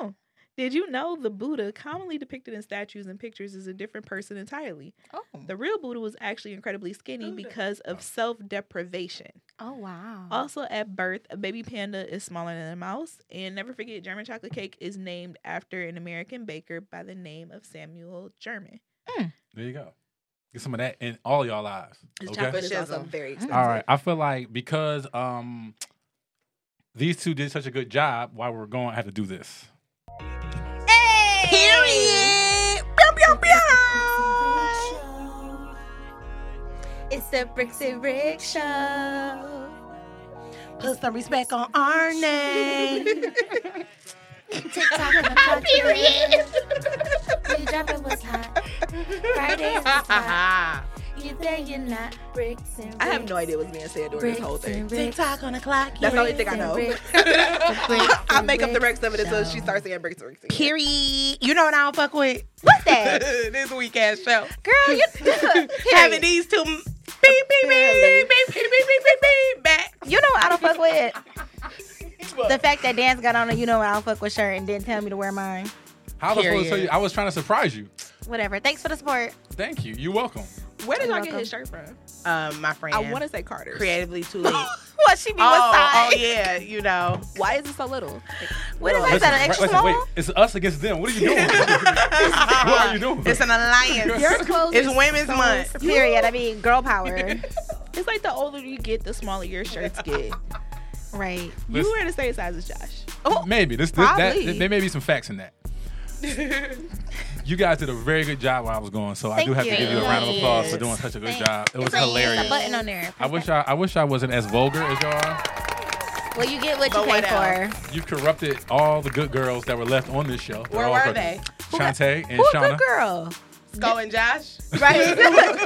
[SPEAKER 4] Oh, Did you know the Buddha, commonly depicted in statues and pictures, is a different person entirely?
[SPEAKER 8] Oh.
[SPEAKER 4] The real Buddha was actually incredibly skinny because of self deprivation.
[SPEAKER 8] Oh wow.
[SPEAKER 4] Also, at birth, a baby panda is smaller than a mouse. And never forget, German chocolate cake is named after an American baker by the name of Samuel German.
[SPEAKER 3] There you go. Get some of that in all y'all lives.
[SPEAKER 4] His
[SPEAKER 3] okay?
[SPEAKER 4] chocolate is also very expensive.
[SPEAKER 3] All right. I feel like because um these two did such a good job, why we're going to have to do this.
[SPEAKER 8] Period. Pew, pew, pew. It's the Bricks and Rick Show.
[SPEAKER 5] Put some respect on our name.
[SPEAKER 9] TikTok and the podcast. You drop it was hot. Fridays was hot. You there, you're not. Bricks and
[SPEAKER 4] I have no idea what's being said during this whole thing.
[SPEAKER 5] TikTok on the clock.
[SPEAKER 4] That's the only thing I know. I'll make up the rest of it until she starts saying bricks and ricks.
[SPEAKER 5] Period. You know what I don't fuck with?
[SPEAKER 8] What's that?
[SPEAKER 5] this weak ass show.
[SPEAKER 8] Girl, you
[SPEAKER 5] Having these two m- beep beep beep beep beep beep beep beep beep beep back.
[SPEAKER 8] You know what I don't fuck with? The fact that Dan's got on a you know what I don't fuck with shirt and didn't tell me to wear mine.
[SPEAKER 3] How was I supposed to tell you? I was trying to surprise you.
[SPEAKER 8] Whatever. Thanks for the support.
[SPEAKER 3] Thank you. You're welcome.
[SPEAKER 4] Where did
[SPEAKER 8] You're
[SPEAKER 4] y'all get his
[SPEAKER 8] welcome.
[SPEAKER 4] shirt from?
[SPEAKER 5] Um, my friend.
[SPEAKER 4] I want to say Carter's.
[SPEAKER 5] creatively too late. oh,
[SPEAKER 8] What she be what
[SPEAKER 5] oh
[SPEAKER 8] size?
[SPEAKER 5] yeah, you know.
[SPEAKER 4] Why is it so little?
[SPEAKER 8] What is
[SPEAKER 3] Listen,
[SPEAKER 8] that? An
[SPEAKER 3] right-
[SPEAKER 8] extra
[SPEAKER 3] listen,
[SPEAKER 8] small?
[SPEAKER 3] wait. It's us against them. What are you doing? what are you doing?
[SPEAKER 5] Uh-huh. It's an alliance.
[SPEAKER 8] Your clothes
[SPEAKER 5] it's
[SPEAKER 8] are
[SPEAKER 5] Women's
[SPEAKER 8] so
[SPEAKER 5] Month.
[SPEAKER 8] Period. I mean, girl power.
[SPEAKER 4] It's like the older you get, the smaller your shirts get.
[SPEAKER 8] right.
[SPEAKER 4] you were the same size as Josh.
[SPEAKER 3] Maybe this, this that
[SPEAKER 4] Probably.
[SPEAKER 3] there may be some facts in that. you guys did a very good job while I was going, so I do
[SPEAKER 8] Thank
[SPEAKER 3] have
[SPEAKER 8] you.
[SPEAKER 3] to give you a round of applause for doing such a good job. It was hilarious.
[SPEAKER 8] A button on there.
[SPEAKER 3] I wish I, I wish I wasn't as vulgar as y'all. are.
[SPEAKER 8] Well, you get what
[SPEAKER 5] But
[SPEAKER 8] you
[SPEAKER 5] what
[SPEAKER 8] pay for.
[SPEAKER 3] You corrupted all the good girls that were left on this show. They're
[SPEAKER 5] Where
[SPEAKER 3] all
[SPEAKER 5] were
[SPEAKER 3] good.
[SPEAKER 5] they?
[SPEAKER 3] Shantae and
[SPEAKER 8] Who a
[SPEAKER 3] Shauna.
[SPEAKER 8] good girl?
[SPEAKER 5] Go and Josh.
[SPEAKER 8] Right?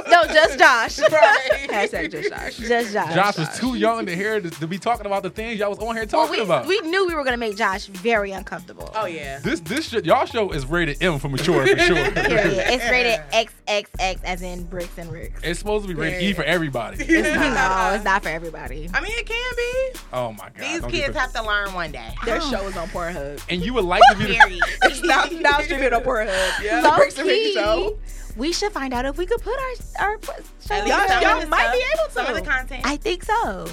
[SPEAKER 8] no, just Josh.
[SPEAKER 4] Hashtag just Josh.
[SPEAKER 8] Just Josh.
[SPEAKER 3] Josh was too young to hear to, to be talking about the things y'all was on here
[SPEAKER 8] Well,
[SPEAKER 3] talking
[SPEAKER 8] we,
[SPEAKER 3] about.
[SPEAKER 8] we knew we were gonna make Josh very uncomfortable.
[SPEAKER 5] Oh yeah.
[SPEAKER 3] this this shit, y'all show is rated M for mature for sure.
[SPEAKER 8] Period. It's rated XXX as in bricks and ricks.
[SPEAKER 3] it's supposed to be rated E for everybody.
[SPEAKER 8] It's not, no, it's not for everybody.
[SPEAKER 5] I mean, it can be.
[SPEAKER 3] Oh my god.
[SPEAKER 5] These
[SPEAKER 3] don't get
[SPEAKER 5] kids
[SPEAKER 3] the-
[SPEAKER 5] have to learn one day.
[SPEAKER 4] Their show is on Pornhub.
[SPEAKER 3] And you would like to be the,
[SPEAKER 5] Period.
[SPEAKER 4] now, now it's streaming on Pornhub. Yeah.
[SPEAKER 8] Low
[SPEAKER 4] Bricks and Rick
[SPEAKER 8] key,
[SPEAKER 4] show.
[SPEAKER 8] We should find out if we could put our our show.
[SPEAKER 5] At least
[SPEAKER 4] Y'all-
[SPEAKER 8] on
[SPEAKER 5] some of
[SPEAKER 4] y'all
[SPEAKER 5] the
[SPEAKER 4] might
[SPEAKER 5] stuff-
[SPEAKER 4] be able to.
[SPEAKER 5] Some of the content.
[SPEAKER 8] I think so.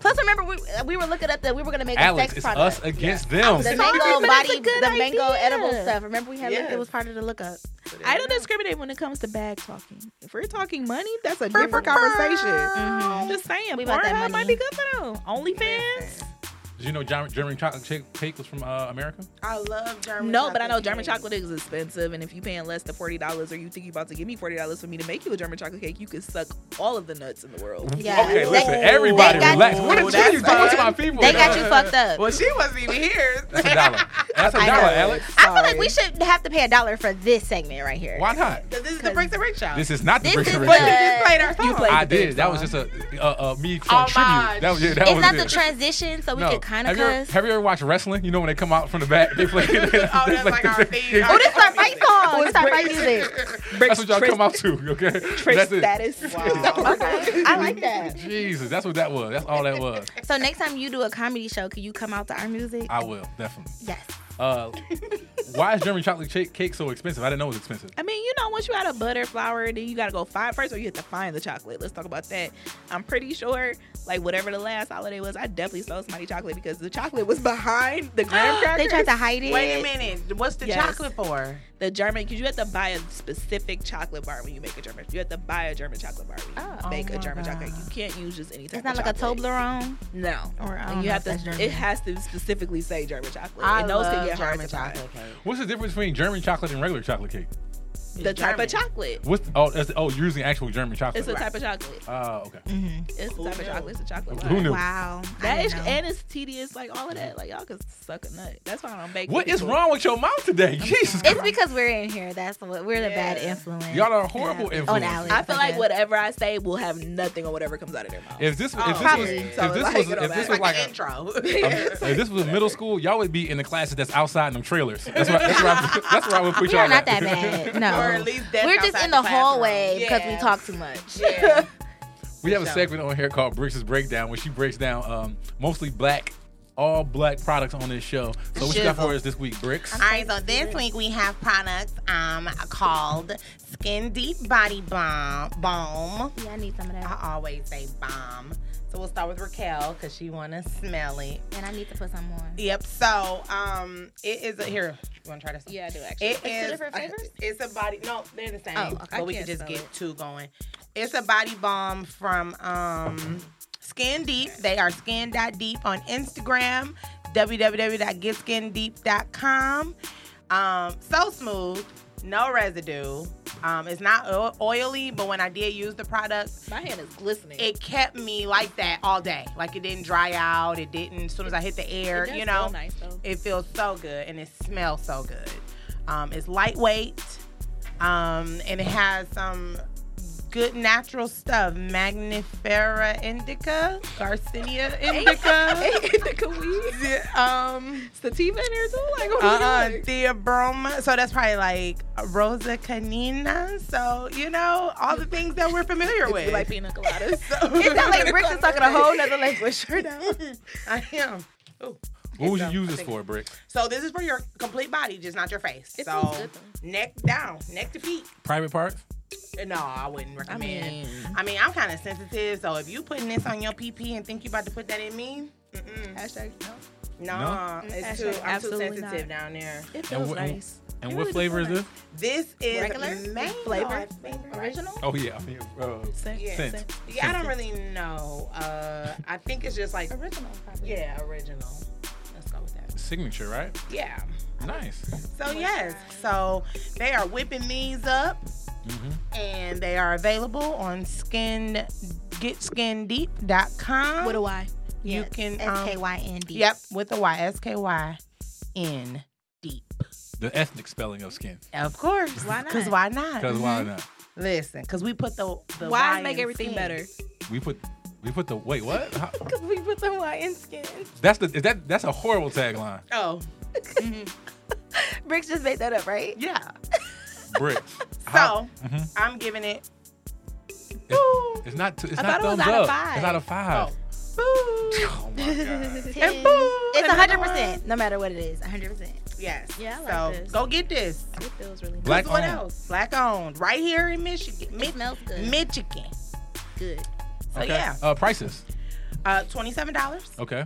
[SPEAKER 8] Plus, remember we we were looking up that we were gonna make
[SPEAKER 3] Alex,
[SPEAKER 8] a sex
[SPEAKER 3] it's
[SPEAKER 8] product.
[SPEAKER 3] us against
[SPEAKER 8] The
[SPEAKER 3] them.
[SPEAKER 8] mango
[SPEAKER 4] but that's a
[SPEAKER 8] body,
[SPEAKER 4] good
[SPEAKER 8] the mango
[SPEAKER 4] idea.
[SPEAKER 8] edible stuff. Remember we had
[SPEAKER 5] Yes.
[SPEAKER 8] it was part of the lookup.
[SPEAKER 4] I don't discriminate when it comes to bag talking. If we're talking money, that's a different conversation. Just saying,
[SPEAKER 8] We
[SPEAKER 4] Mm-hmm. we
[SPEAKER 8] about that
[SPEAKER 4] Pornhub might
[SPEAKER 8] money.
[SPEAKER 4] be good for them. OnlyFans?
[SPEAKER 3] Did you know German, German chocolate cake, cake was from uh, America?
[SPEAKER 5] I love German.
[SPEAKER 4] No, but I know
[SPEAKER 5] chocolate
[SPEAKER 4] German
[SPEAKER 5] cake.
[SPEAKER 4] chocolate is expensive, and if you paying less than forty dollars, or you think you about to give me forty dollars for me to make you a German chocolate cake, you could suck all of the nuts in the world.
[SPEAKER 8] Yeah.
[SPEAKER 3] Okay,
[SPEAKER 8] They-
[SPEAKER 3] listen, everybody
[SPEAKER 8] they got
[SPEAKER 3] relax.
[SPEAKER 8] you-
[SPEAKER 3] What did
[SPEAKER 5] that's
[SPEAKER 3] you doing to
[SPEAKER 5] fine.
[SPEAKER 3] my people?
[SPEAKER 8] They got you fucked up.
[SPEAKER 5] Well, she wasn't even here.
[SPEAKER 3] That's a dollar. That's a
[SPEAKER 8] I know.
[SPEAKER 3] dollar, Alex.
[SPEAKER 8] I feel like we should have to pay a dollar for this segment right here.
[SPEAKER 3] Why not?
[SPEAKER 5] this is the Bricks and Rick show.
[SPEAKER 3] This is not the
[SPEAKER 8] This
[SPEAKER 3] Bricks
[SPEAKER 8] is
[SPEAKER 3] and
[SPEAKER 8] what-
[SPEAKER 3] Rick show.
[SPEAKER 5] just played our song.
[SPEAKER 4] You played
[SPEAKER 3] I
[SPEAKER 4] the big
[SPEAKER 3] did. That was
[SPEAKER 4] song.
[SPEAKER 3] just a uh, uh, me from tribute. That was yeah, that
[SPEAKER 8] Oh It's
[SPEAKER 3] was
[SPEAKER 8] not
[SPEAKER 3] it.
[SPEAKER 8] the transition, so we
[SPEAKER 3] No.
[SPEAKER 8] could kind of
[SPEAKER 3] have you, ever,
[SPEAKER 8] cuss.
[SPEAKER 3] have you ever watched wrestling? You know when they come out from the back, they play. oh,
[SPEAKER 5] that's like our theme.
[SPEAKER 8] Oh, this is our fight song. This is our fight music.
[SPEAKER 3] That's what y'all come out to. Okay,
[SPEAKER 4] Trick
[SPEAKER 3] that's it.
[SPEAKER 4] status.
[SPEAKER 8] Okay, I like that.
[SPEAKER 3] Jesus, that's what that was. That's all that was.
[SPEAKER 8] So next time you do a comedy show, can you come out to our music?
[SPEAKER 3] I will definitely.
[SPEAKER 8] yes.
[SPEAKER 3] Uh, why is German chocolate cake, cake so expensive? I didn't know it was expensive.
[SPEAKER 4] I mean, you know, once you out of butter flour, then you gotta go find first, or you have to find the chocolate. Let's talk about that. I'm pretty sure, like whatever the last holiday was, I definitely stole somebody chocolate because the chocolate was behind the graham
[SPEAKER 8] they
[SPEAKER 4] crackers.
[SPEAKER 8] tried to hide it.
[SPEAKER 5] Wait a minute. What's the
[SPEAKER 4] Yes.
[SPEAKER 5] chocolate for?
[SPEAKER 4] the German, because you have to buy a specific chocolate bar when you make a German. You have to buy a German chocolate bar when you
[SPEAKER 8] Oh.
[SPEAKER 4] make
[SPEAKER 5] Oh
[SPEAKER 4] a
[SPEAKER 5] my
[SPEAKER 4] German
[SPEAKER 5] God.
[SPEAKER 4] chocolate. You can't use just any type.
[SPEAKER 8] It's not
[SPEAKER 4] of
[SPEAKER 8] like a
[SPEAKER 4] chocolate.
[SPEAKER 8] Toblerone.
[SPEAKER 4] No.
[SPEAKER 8] Or I
[SPEAKER 4] And
[SPEAKER 8] don't
[SPEAKER 4] you
[SPEAKER 8] know
[SPEAKER 4] have
[SPEAKER 8] if that's
[SPEAKER 4] to.
[SPEAKER 8] German.
[SPEAKER 4] It has to specifically say German chocolate,
[SPEAKER 5] I
[SPEAKER 4] and those
[SPEAKER 5] love
[SPEAKER 4] can get hard
[SPEAKER 5] German
[SPEAKER 4] to find.
[SPEAKER 5] chocolate cake.
[SPEAKER 3] What's the difference between German chocolate and regular chocolate cake?
[SPEAKER 4] The type
[SPEAKER 5] German.
[SPEAKER 4] of chocolate.
[SPEAKER 3] What's oh that's oh you're using actual German chocolate?
[SPEAKER 4] It's a type of chocolate.
[SPEAKER 3] Oh okay.
[SPEAKER 4] It's the type of chocolate. It's a chocolate.
[SPEAKER 3] Who
[SPEAKER 4] bar.
[SPEAKER 3] knew?
[SPEAKER 8] Wow. I
[SPEAKER 4] That
[SPEAKER 8] didn't
[SPEAKER 4] is,
[SPEAKER 8] know.
[SPEAKER 4] and it's tedious, like all of that. Like y'all can suck a nut. That's why I don't bake.
[SPEAKER 3] What
[SPEAKER 4] with
[SPEAKER 3] is
[SPEAKER 4] people.
[SPEAKER 3] wrong with your mouth today? Jesus,
[SPEAKER 8] It's because we're in here. That's what we're the bad
[SPEAKER 4] Yeah.
[SPEAKER 8] influence.
[SPEAKER 3] y'all are a horrible
[SPEAKER 8] Yeah.
[SPEAKER 3] influence.
[SPEAKER 8] On Alex.
[SPEAKER 4] I feel like
[SPEAKER 8] guess.
[SPEAKER 4] whatever I say will have nothing on whatever comes out of their mouth.
[SPEAKER 3] If this, if this
[SPEAKER 5] Oh,
[SPEAKER 3] was,
[SPEAKER 8] probably.
[SPEAKER 3] if
[SPEAKER 4] So,
[SPEAKER 3] this
[SPEAKER 4] like,
[SPEAKER 3] was,
[SPEAKER 4] it don't
[SPEAKER 3] if this
[SPEAKER 4] matter.
[SPEAKER 3] was like
[SPEAKER 5] the
[SPEAKER 3] a,
[SPEAKER 5] intro.
[SPEAKER 3] Um, if this was middle school, y'all would be in the classes that's outside in them trailers. That's where, that's where, I, that's where I would put
[SPEAKER 8] we
[SPEAKER 3] y'all.
[SPEAKER 8] are not
[SPEAKER 3] at.
[SPEAKER 8] that bad.
[SPEAKER 5] Or at
[SPEAKER 8] No.
[SPEAKER 5] least that's
[SPEAKER 8] We're just
[SPEAKER 5] outside
[SPEAKER 8] in the,
[SPEAKER 5] classroom.
[SPEAKER 8] hallway because we
[SPEAKER 5] Yeah.
[SPEAKER 8] talk too much.
[SPEAKER 5] Yeah.
[SPEAKER 3] we have a segment on here called Bricks' Breakdown, where she breaks down um, mostly black all black products on this show. So what you got for us this week, Bricks?
[SPEAKER 5] All right, so this week we have products um called Skin Deep Body Balm. Balm.
[SPEAKER 8] Yeah, I need some of that.
[SPEAKER 5] I always say balm. So we'll start with Raquel because she wanna smell it.
[SPEAKER 8] And I need to put some more.
[SPEAKER 5] Yep. So um, it is a here. You want to try this?
[SPEAKER 8] Yeah, I do actually.
[SPEAKER 5] It
[SPEAKER 8] Wait, two
[SPEAKER 5] is-
[SPEAKER 8] different flavors?
[SPEAKER 5] It's a body. No, they're the same.
[SPEAKER 8] Oh, okay. I
[SPEAKER 5] But we can
[SPEAKER 8] can't
[SPEAKER 5] just
[SPEAKER 8] smell
[SPEAKER 5] get
[SPEAKER 8] it.
[SPEAKER 5] two going. It's a body balm from um, Skin Deep. They are skin.deep on Instagram. www.getskindeep.com. Um, so smooth, no residue. Um, it's not o- oily, but when I did use the product,
[SPEAKER 4] My hand is glistening.
[SPEAKER 5] it kept me like that all day. Like it didn't dry out. It didn't. As soon as I hit the air,
[SPEAKER 4] It does
[SPEAKER 5] you know,
[SPEAKER 4] smell nice, though.
[SPEAKER 5] it feels so good and it smells so good. Um, it's lightweight, um, and it has some good natural stuff: Magnifera indica, Garcinia indica.
[SPEAKER 4] indica weed.
[SPEAKER 5] um,
[SPEAKER 4] sativa in here too. Like, what
[SPEAKER 5] Uh-uh,
[SPEAKER 4] are you doing?
[SPEAKER 5] theobroma. So that's probably like Rosa canina. So you know all the things that we're familiar
[SPEAKER 4] It's
[SPEAKER 5] with.
[SPEAKER 4] like pina coladas.
[SPEAKER 5] It sounds like Rick
[SPEAKER 4] Rick
[SPEAKER 5] is talking a whole nother language right now. I am. Oh. Ooh.
[SPEAKER 3] What would you
[SPEAKER 5] So,
[SPEAKER 3] use
[SPEAKER 5] I
[SPEAKER 3] this
[SPEAKER 5] think-
[SPEAKER 3] for, Bricks?
[SPEAKER 5] So this is for your complete body, just not your face.
[SPEAKER 4] It
[SPEAKER 5] so
[SPEAKER 4] feels good,
[SPEAKER 5] neck down, neck to feet.
[SPEAKER 3] Private parts?
[SPEAKER 5] No, I wouldn't
[SPEAKER 4] I
[SPEAKER 5] recommend.
[SPEAKER 4] mean,
[SPEAKER 5] I'm kind of sensitive, so if you putting this on your PP and think you about to put that in me, mm-mm.
[SPEAKER 4] hashtag
[SPEAKER 5] no,
[SPEAKER 4] no.
[SPEAKER 3] No?
[SPEAKER 5] it's
[SPEAKER 4] Hashtag
[SPEAKER 5] too, I'm too
[SPEAKER 4] absolutely
[SPEAKER 5] sensitive down there.
[SPEAKER 4] It feels
[SPEAKER 3] what-
[SPEAKER 4] nice.
[SPEAKER 3] And
[SPEAKER 4] It
[SPEAKER 3] what
[SPEAKER 4] really does
[SPEAKER 3] flavor is
[SPEAKER 4] smell
[SPEAKER 3] this?
[SPEAKER 4] nice.
[SPEAKER 5] This is
[SPEAKER 4] Regular?
[SPEAKER 5] mango,
[SPEAKER 4] Flavor?
[SPEAKER 5] I think, right?
[SPEAKER 4] Original?
[SPEAKER 3] Oh yeah. yeah, uh,
[SPEAKER 4] Scent,
[SPEAKER 5] Yeah.
[SPEAKER 3] scent.
[SPEAKER 4] scent.
[SPEAKER 5] Yeah, I don't really know. Uh, I think it's just like
[SPEAKER 4] Original, probably.
[SPEAKER 5] yeah, original. Let's go with that.
[SPEAKER 3] Signature, right?
[SPEAKER 5] Yeah.
[SPEAKER 3] Nice.
[SPEAKER 5] So yes, so they are whipping these up,
[SPEAKER 4] Mm-hmm.
[SPEAKER 5] and they are available on skin getskindeep.com.
[SPEAKER 4] With a Y.
[SPEAKER 5] you
[SPEAKER 8] Yes,
[SPEAKER 5] can um,
[SPEAKER 8] S-K-Y-N-D.
[SPEAKER 5] Yep, with a Y S K Y N deep.
[SPEAKER 3] The ethnic spelling of skin.
[SPEAKER 5] Of course,
[SPEAKER 4] Why not? Mm-hmm.
[SPEAKER 5] Cause why not?
[SPEAKER 3] Because why not?
[SPEAKER 5] Listen, cause we put the, the Y
[SPEAKER 4] Why
[SPEAKER 5] in
[SPEAKER 4] make everything
[SPEAKER 5] skin.
[SPEAKER 4] better?
[SPEAKER 3] We put we put the wait what? How-
[SPEAKER 4] Because we put the Y in skin.
[SPEAKER 3] That's the is that that's a horrible tagline.
[SPEAKER 5] Oh
[SPEAKER 8] Bricks just made that up, right?
[SPEAKER 5] yeah.
[SPEAKER 3] Bricks.
[SPEAKER 5] So
[SPEAKER 3] How- Mhm.
[SPEAKER 5] I'm giving it.
[SPEAKER 3] It's, it's not. t- It's
[SPEAKER 4] I
[SPEAKER 3] not
[SPEAKER 4] thought it was
[SPEAKER 3] thumbs
[SPEAKER 4] out of
[SPEAKER 3] up.
[SPEAKER 4] five.
[SPEAKER 3] It's out of five.
[SPEAKER 5] Boo.
[SPEAKER 3] Oh my god.
[SPEAKER 8] Ten.
[SPEAKER 5] boom,
[SPEAKER 8] It's
[SPEAKER 5] another
[SPEAKER 8] hundred percent, no matter what it is. hundred percent.
[SPEAKER 5] Yes.
[SPEAKER 4] Yeah, I like
[SPEAKER 5] so
[SPEAKER 4] this.
[SPEAKER 5] go get this.
[SPEAKER 4] It feels really nice.
[SPEAKER 3] Black
[SPEAKER 5] what
[SPEAKER 3] owned.
[SPEAKER 5] else? Black owned, right here in Michigan.
[SPEAKER 8] It smells good.
[SPEAKER 5] Michigan.
[SPEAKER 8] good.
[SPEAKER 5] So
[SPEAKER 3] Okay.
[SPEAKER 5] Oh, yeah,
[SPEAKER 3] Uh, prices.
[SPEAKER 5] uh, twenty-seven dollars.
[SPEAKER 3] Okay.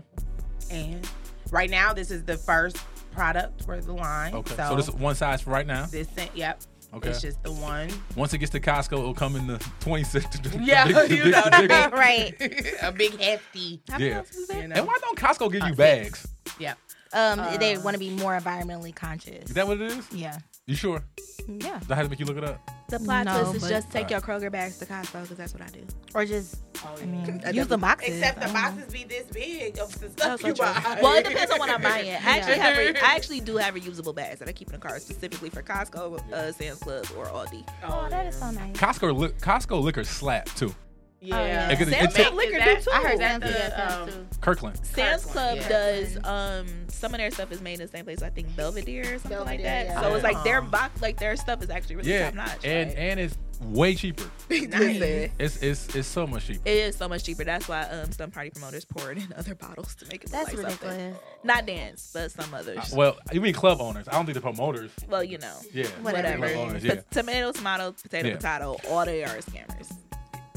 [SPEAKER 5] And right now, this is the first product for the line.
[SPEAKER 3] Okay. So,
[SPEAKER 5] So,
[SPEAKER 3] this is one size for right now.
[SPEAKER 5] this, thing- yep.
[SPEAKER 3] Okay.
[SPEAKER 5] It's just the one.
[SPEAKER 3] Once it gets to Costco, it'll come in the 26. the
[SPEAKER 5] Yeah,
[SPEAKER 3] big- the
[SPEAKER 5] you
[SPEAKER 3] big-
[SPEAKER 5] know
[SPEAKER 3] the
[SPEAKER 5] that.
[SPEAKER 3] big-
[SPEAKER 5] Big-
[SPEAKER 8] right.
[SPEAKER 5] a big hefty.
[SPEAKER 4] How
[SPEAKER 3] Yeah.
[SPEAKER 4] much was that?
[SPEAKER 5] You know?
[SPEAKER 3] And why don't Costco give you bags?
[SPEAKER 5] Yep.
[SPEAKER 8] Um,
[SPEAKER 5] Uh,
[SPEAKER 8] they want to be more environmentally conscious.
[SPEAKER 3] Is that what it is?
[SPEAKER 8] yeah.
[SPEAKER 3] You sure?
[SPEAKER 8] Yeah.
[SPEAKER 3] That had to make you look it up.
[SPEAKER 4] The plot
[SPEAKER 8] No,
[SPEAKER 4] twist
[SPEAKER 8] but-
[SPEAKER 4] is just take your Kroger bags to Costco because that's what I do.
[SPEAKER 8] Or just
[SPEAKER 5] Oh,
[SPEAKER 8] I mean,
[SPEAKER 4] That
[SPEAKER 8] use the
[SPEAKER 4] doesn't-
[SPEAKER 8] boxes.
[SPEAKER 5] Except
[SPEAKER 8] I
[SPEAKER 3] Oh.
[SPEAKER 5] the
[SPEAKER 8] don't know.
[SPEAKER 5] boxes be this big of the stuff
[SPEAKER 4] That's
[SPEAKER 5] you
[SPEAKER 4] so true.
[SPEAKER 5] buy.
[SPEAKER 4] Well, it depends on what I'm buying. I actually have, re- I actually do have reusable bags that I keep in the car specifically for Costco, uh, Sam's Club, or Aldi.
[SPEAKER 8] Oh, that is so nice.
[SPEAKER 3] Costco, li- Costco liquor slap too.
[SPEAKER 5] Oh, Yeah.
[SPEAKER 8] yeah.
[SPEAKER 3] It could-
[SPEAKER 4] Sam's
[SPEAKER 3] it take-
[SPEAKER 4] Club liquor
[SPEAKER 5] Is
[SPEAKER 4] do
[SPEAKER 5] that-
[SPEAKER 4] too.
[SPEAKER 5] I heard that
[SPEAKER 8] Sam's Club,
[SPEAKER 5] the,
[SPEAKER 8] Sam's
[SPEAKER 5] um,
[SPEAKER 8] Club.
[SPEAKER 3] Kirkland.
[SPEAKER 4] Sam's
[SPEAKER 5] Kirkland,
[SPEAKER 4] Club
[SPEAKER 5] yeah.
[SPEAKER 4] does um some of their stuff is made in the same place. I think Belvedere or something like that.
[SPEAKER 8] Belvedere,
[SPEAKER 4] So
[SPEAKER 3] yeah.
[SPEAKER 4] it's like their
[SPEAKER 5] Oh.
[SPEAKER 4] box, like their stuff is actually really
[SPEAKER 3] Yeah.
[SPEAKER 4] top notch.
[SPEAKER 3] And
[SPEAKER 4] right?
[SPEAKER 3] and it's way cheaper.
[SPEAKER 4] Listen,
[SPEAKER 3] It's it's it's so much cheaper.
[SPEAKER 4] it is so much cheaper. That's why um some party promoters pour it in other bottles to make it
[SPEAKER 8] That's
[SPEAKER 4] look like something.
[SPEAKER 8] ridiculous.
[SPEAKER 4] Not dance, but some others. well,
[SPEAKER 3] Uh, Well, you mean club owners? I don't think the promoters.
[SPEAKER 4] you know.
[SPEAKER 3] Yeah.
[SPEAKER 8] Whatever.
[SPEAKER 3] Club
[SPEAKER 4] Whatever.
[SPEAKER 3] owners, yeah.
[SPEAKER 4] Pot- Tomato, tomato, potato,
[SPEAKER 3] Yeah.
[SPEAKER 4] potato. All they are is scammers.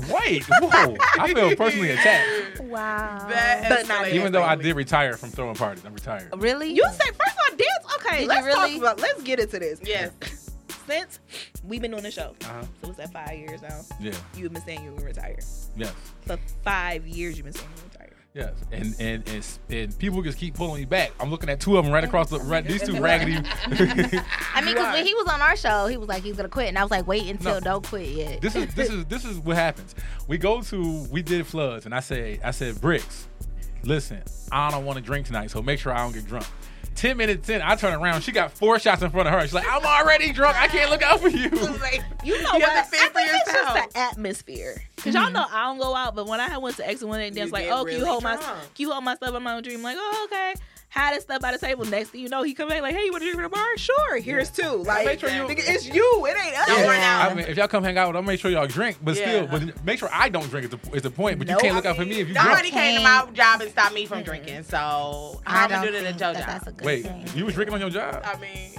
[SPEAKER 3] Wait, whoa! I feel personally attacked.
[SPEAKER 8] Wow.
[SPEAKER 5] That
[SPEAKER 4] But
[SPEAKER 5] is
[SPEAKER 4] not
[SPEAKER 5] not
[SPEAKER 3] Even though I did retire from throwing parties, I'm retired.
[SPEAKER 4] Oh.
[SPEAKER 8] Really?
[SPEAKER 4] You say first on dance? Okay,
[SPEAKER 8] Did you
[SPEAKER 4] let's
[SPEAKER 8] really?
[SPEAKER 4] talk about. Let's get into this.
[SPEAKER 5] Yes.
[SPEAKER 4] Since we've been doing the show,
[SPEAKER 3] Uh-huh.
[SPEAKER 4] so it's at five years now.
[SPEAKER 3] Yeah.
[SPEAKER 4] You've been saying you were gonna retire.
[SPEAKER 3] Yes.
[SPEAKER 4] For five years, you've been saying you were gonna retire.
[SPEAKER 3] Yes. And and and, s- and people just keep pulling me back. I'm looking at two of them right across the right. These two raggedy.
[SPEAKER 8] I mean, because when he was on our show, he was like he's gonna quit, and I was like, wait until
[SPEAKER 3] No.
[SPEAKER 8] don't quit yet.
[SPEAKER 3] this is this is this is what happens. We go to we did floods, and I say I said bricks. Listen, I don't want to drink tonight, so make sure I don't get drunk. Ten minutes in, I turn around. She got four shots in front of her. She's like, I'm already drunk. I can't look out for you.
[SPEAKER 5] Like,
[SPEAKER 4] You know
[SPEAKER 5] You
[SPEAKER 4] what?
[SPEAKER 5] have to fend
[SPEAKER 4] I
[SPEAKER 5] for
[SPEAKER 4] think it's just
[SPEAKER 5] yourself.
[SPEAKER 4] the atmosphere. because y'all know I don't go out, but when I went to X one and dance,
[SPEAKER 5] You
[SPEAKER 4] like,
[SPEAKER 5] get
[SPEAKER 4] oh, can you
[SPEAKER 5] really
[SPEAKER 4] hold my,
[SPEAKER 5] drunk.
[SPEAKER 4] can you hold my stuff in my own dream? Like, oh, okay. Had this stuff by the table. Next thing you know, he come back like, hey, you want to drink from the bar? Sure, here's two. Like,
[SPEAKER 5] Make sure you-
[SPEAKER 4] nigga, it's you. It ain't us. right now.
[SPEAKER 3] I mean, if y'all come hang out, I'll make sure y'all drink. But
[SPEAKER 5] Yeah.
[SPEAKER 3] still, but make sure I don't drink. Is the, is the point? But
[SPEAKER 5] Nope.
[SPEAKER 3] you can't look out for me if you
[SPEAKER 5] Nobody
[SPEAKER 3] drunk.
[SPEAKER 5] came to my job and stopped me from drinking, so
[SPEAKER 8] I
[SPEAKER 5] I'm gonna do that at
[SPEAKER 8] don't think
[SPEAKER 5] your
[SPEAKER 8] that
[SPEAKER 5] job.
[SPEAKER 8] that's a good
[SPEAKER 3] Wait, you was drinking on your
[SPEAKER 4] Uh,
[SPEAKER 3] job?
[SPEAKER 5] I mean,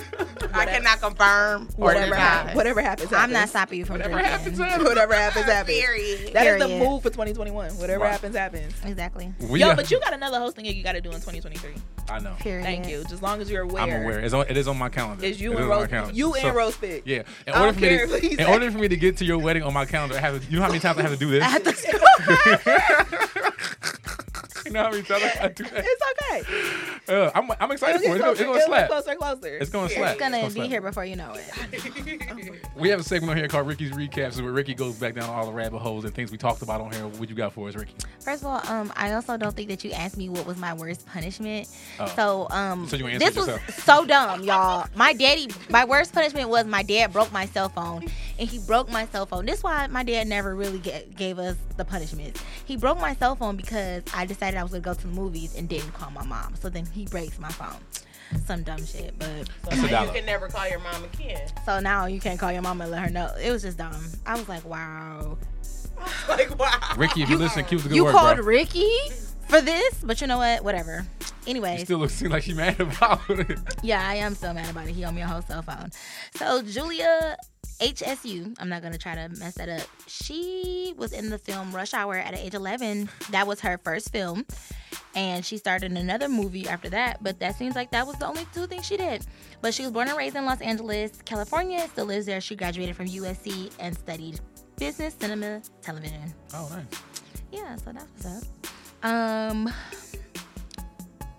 [SPEAKER 5] I cannot confirm or
[SPEAKER 4] Whatever,
[SPEAKER 5] deny.
[SPEAKER 4] hap- whatever happens,
[SPEAKER 8] I'm not
[SPEAKER 4] happens.
[SPEAKER 8] stopping you from
[SPEAKER 3] Whatever
[SPEAKER 8] drinking.
[SPEAKER 3] happens,
[SPEAKER 4] Whatever happens, happens.
[SPEAKER 5] Period.
[SPEAKER 4] That is the
[SPEAKER 8] Period.
[SPEAKER 4] move for 2021. Whatever
[SPEAKER 3] Right.
[SPEAKER 4] happens, happens.
[SPEAKER 8] Exactly.
[SPEAKER 3] We
[SPEAKER 4] Yo,
[SPEAKER 3] are-
[SPEAKER 4] but you got another hosting gig you got to do in 2023.
[SPEAKER 3] I know.
[SPEAKER 8] Period.
[SPEAKER 4] Thank you. Just as long as you're aware.
[SPEAKER 3] I'm aware. It's on, it is on my calendar.
[SPEAKER 4] It's you
[SPEAKER 3] It
[SPEAKER 4] and
[SPEAKER 3] on my
[SPEAKER 4] Rose.
[SPEAKER 3] calendar.
[SPEAKER 4] You and
[SPEAKER 3] So-
[SPEAKER 4] Rose Pick.
[SPEAKER 3] Yeah. In order
[SPEAKER 4] I don't
[SPEAKER 3] for me
[SPEAKER 4] care what he
[SPEAKER 3] to, in
[SPEAKER 4] said.
[SPEAKER 3] order for me to get to your wedding on my calendar, I have to, you know how many times I have to do this? you know how many times I have to do that?
[SPEAKER 4] It's okay.
[SPEAKER 3] Uh, I'm, I'm excited
[SPEAKER 4] It'll
[SPEAKER 3] for
[SPEAKER 4] get
[SPEAKER 3] it. It's gonna, it's gonna
[SPEAKER 4] closer. It'll get
[SPEAKER 3] slap.
[SPEAKER 4] closer, and closer.
[SPEAKER 3] It's gonna slap.
[SPEAKER 8] It's gonna be
[SPEAKER 3] slap.
[SPEAKER 8] here before you know it.
[SPEAKER 3] We have a segment here called Ricky's Recaps, where Ricky goes back down all the rabbit holes and things we talked about on here. What you got for us, Ricky?
[SPEAKER 8] First of all, um, I also don't think that you asked me what was my worst punishment.
[SPEAKER 3] Oh.
[SPEAKER 8] So, um,
[SPEAKER 3] So you answered
[SPEAKER 8] this was
[SPEAKER 3] yourself.
[SPEAKER 8] so dumb, y'all. My daddy, my worst punishment was my dad broke my cell phone, and he broke my cell phone. This why my dad never really ga- gave us the punishments. He broke my cell phone because I decided I was gonna go to the movies and didn't call my mom. So then he breaks my phone. Some dumb shit, but
[SPEAKER 3] That's a dollar.
[SPEAKER 5] You can never call your mom again.
[SPEAKER 8] so now you can't call your mom and let her know. It was just dumb. I was like, wow.
[SPEAKER 5] Like wow.
[SPEAKER 3] Ricky, if you listen, keep the good
[SPEAKER 8] you
[SPEAKER 3] work,
[SPEAKER 8] called
[SPEAKER 3] bro.
[SPEAKER 8] Ricky for this, but you know what? Whatever. Anyways,
[SPEAKER 3] You still look seem like you mad about it.
[SPEAKER 8] yeah, I am still mad about it. He owed me a whole cell phone. So Julia HSU, I'm not gonna try to mess that up. She was in the film Rush Hour at age 11. That was her first film, and she started in another movie after that. But that seems like that was the only two things she did. But she was born and raised in Los Angeles, California. Still lives there. She graduated from USC and studied business, cinema, television.
[SPEAKER 3] Oh, nice.
[SPEAKER 8] Yeah, so that was up. Um,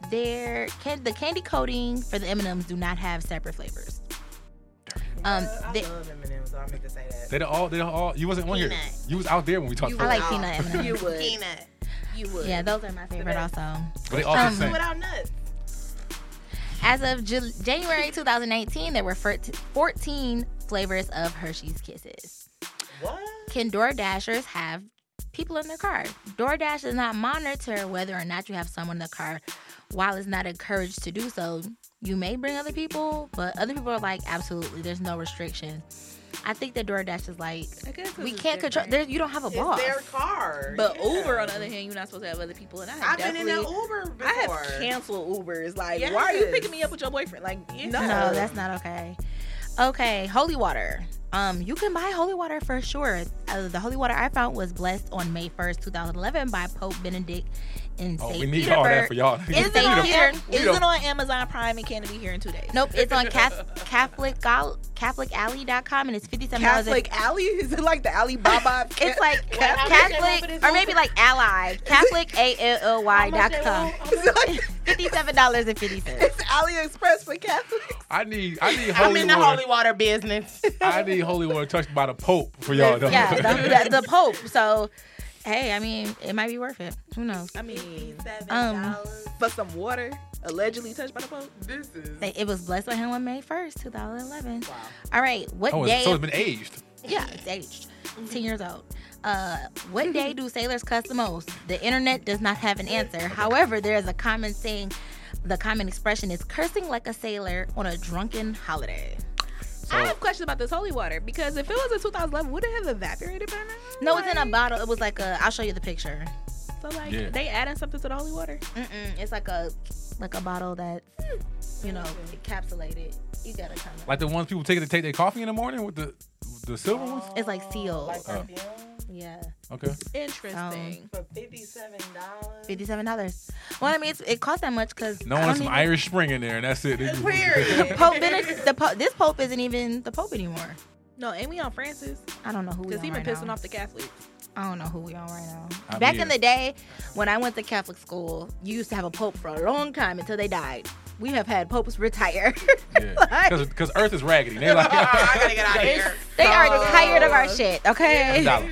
[SPEAKER 8] there can the candy coating for the M and M's do not have separate flavors. Um, they,
[SPEAKER 5] I love M&M's, so I meant to say that.
[SPEAKER 3] They done all, they done all. You wasn't on here.
[SPEAKER 8] Peanut.
[SPEAKER 3] You was out there when we talked.
[SPEAKER 8] I
[SPEAKER 3] about
[SPEAKER 8] like
[SPEAKER 3] it.
[SPEAKER 8] peanut M and M's.
[SPEAKER 4] would.
[SPEAKER 5] Peanut. You would.
[SPEAKER 8] Yeah, those are my favorite also.
[SPEAKER 3] But they all the
[SPEAKER 8] Um,
[SPEAKER 3] same.
[SPEAKER 5] Without nuts.
[SPEAKER 8] As of J- January 2019, there were fir- 14 flavors of Hershey's Kisses.
[SPEAKER 5] What?
[SPEAKER 8] Can Door Dashers have people in their car? DoorDash does not monitor whether or not you have someone in the car. While it's not encouraged to do so, you may bring other people, but other people are like, absolutely, there's no restriction. I think that DoorDash is like, we can't control. There, you don't have a boss.
[SPEAKER 5] It's their car.
[SPEAKER 4] But
[SPEAKER 5] yeah.
[SPEAKER 4] Uber, on the other hand, you're not supposed to have other people. And I have
[SPEAKER 5] I've been in an
[SPEAKER 4] definitely-
[SPEAKER 5] Uber before.
[SPEAKER 4] I have canceled Ubers. Like, why are you
[SPEAKER 5] Yes.
[SPEAKER 4] picking me up with your boyfriend? Like, no,
[SPEAKER 8] No, that's not okay. Okay, holy water. Um, you can buy holy water for sure. Uh, the holy water I found was blessed on May 1st, 2011 by Pope Benedict in
[SPEAKER 3] Oh,
[SPEAKER 8] St.
[SPEAKER 3] we need
[SPEAKER 8] Petersburg.
[SPEAKER 3] all that for y'all.
[SPEAKER 8] Is
[SPEAKER 4] Is
[SPEAKER 8] it
[SPEAKER 4] it
[SPEAKER 8] They
[SPEAKER 4] on,
[SPEAKER 8] don't-
[SPEAKER 4] Am-
[SPEAKER 3] we
[SPEAKER 4] is
[SPEAKER 3] don't-
[SPEAKER 4] it on Amazon Prime? It can't be here in two days.
[SPEAKER 8] Nope, it's on Cath- Catholic CatholicAlley.com and it's $57.
[SPEAKER 4] Catholic Alley? Is it like the Alibaba?
[SPEAKER 8] It's like
[SPEAKER 5] Catholic-
[SPEAKER 8] Catholic, or maybe like Ally. Catholic A L L Y dot com.
[SPEAKER 4] Is it like
[SPEAKER 8] Fifty-seven dollars and fifty cents.
[SPEAKER 4] it's AliExpress for Catholics?
[SPEAKER 3] I need, I need
[SPEAKER 5] I'm
[SPEAKER 3] holy
[SPEAKER 5] in the
[SPEAKER 3] water.
[SPEAKER 5] holy water business.
[SPEAKER 3] I need holy water touched by the Pope for y'all. though.
[SPEAKER 8] Yeah, the, the, the Pope. So, hey, I mean, it might be worth it. Who knows?
[SPEAKER 4] I mean,
[SPEAKER 8] Um,
[SPEAKER 4] for some water allegedly touched by the Pope.
[SPEAKER 5] this is
[SPEAKER 8] They- It was blessed by him on May 1st, 2011. All right. What
[SPEAKER 3] oh,
[SPEAKER 8] day?
[SPEAKER 3] it's, so it's been aged.
[SPEAKER 8] yeah, it's aged.
[SPEAKER 5] Mm-hmm.
[SPEAKER 8] 10 years old. Uh, what day do sailors cuss the most? The internet does not have an answer. However, there is a common saying, the common expression is cursing like a sailor on a drunken holiday.
[SPEAKER 3] So
[SPEAKER 4] I have questions about this holy water because if it was in 2011, would it have evaporated by now?
[SPEAKER 8] No, it's in a bottle. It was like a, I'll show you the picture.
[SPEAKER 4] So like,
[SPEAKER 3] Yeah.
[SPEAKER 4] they adding something to the holy water?
[SPEAKER 8] Mm-mm, it's like a, like a bottle that's, you know, encapsulated. You gotta come.
[SPEAKER 3] like the ones people take to take their coffee in the morning with the the silver ones.
[SPEAKER 8] It's like sealed.
[SPEAKER 5] Like
[SPEAKER 3] Oh.
[SPEAKER 5] perfume
[SPEAKER 8] yeah.
[SPEAKER 3] Okay.
[SPEAKER 4] Interesting.
[SPEAKER 5] for fifty-seven dollars.
[SPEAKER 8] Fifty-seven dollars. Well, I mean, it's, it costs that much because
[SPEAKER 3] No one some Irish Spring in there, and that's it.
[SPEAKER 5] Period.
[SPEAKER 8] Pope Benedict. The po- this Pope isn't even the Pope anymore.
[SPEAKER 4] No, and we on Francis
[SPEAKER 8] I don't know who we
[SPEAKER 4] because
[SPEAKER 8] on
[SPEAKER 4] he been
[SPEAKER 8] right
[SPEAKER 4] pissing
[SPEAKER 8] now.
[SPEAKER 4] off the Catholics.
[SPEAKER 8] I don't know who we on right now.
[SPEAKER 3] I
[SPEAKER 8] Back
[SPEAKER 3] mean-
[SPEAKER 8] in the day, when I went to Catholic school, you used to have a Pope for a long time until they died. We have had popes retire.
[SPEAKER 3] Because Earth is raggedy. They like
[SPEAKER 5] Oh,
[SPEAKER 3] uh,
[SPEAKER 5] I gotta get out of here.
[SPEAKER 8] they are
[SPEAKER 4] Oh.
[SPEAKER 8] tired of our shit. Okay,
[SPEAKER 3] dollar.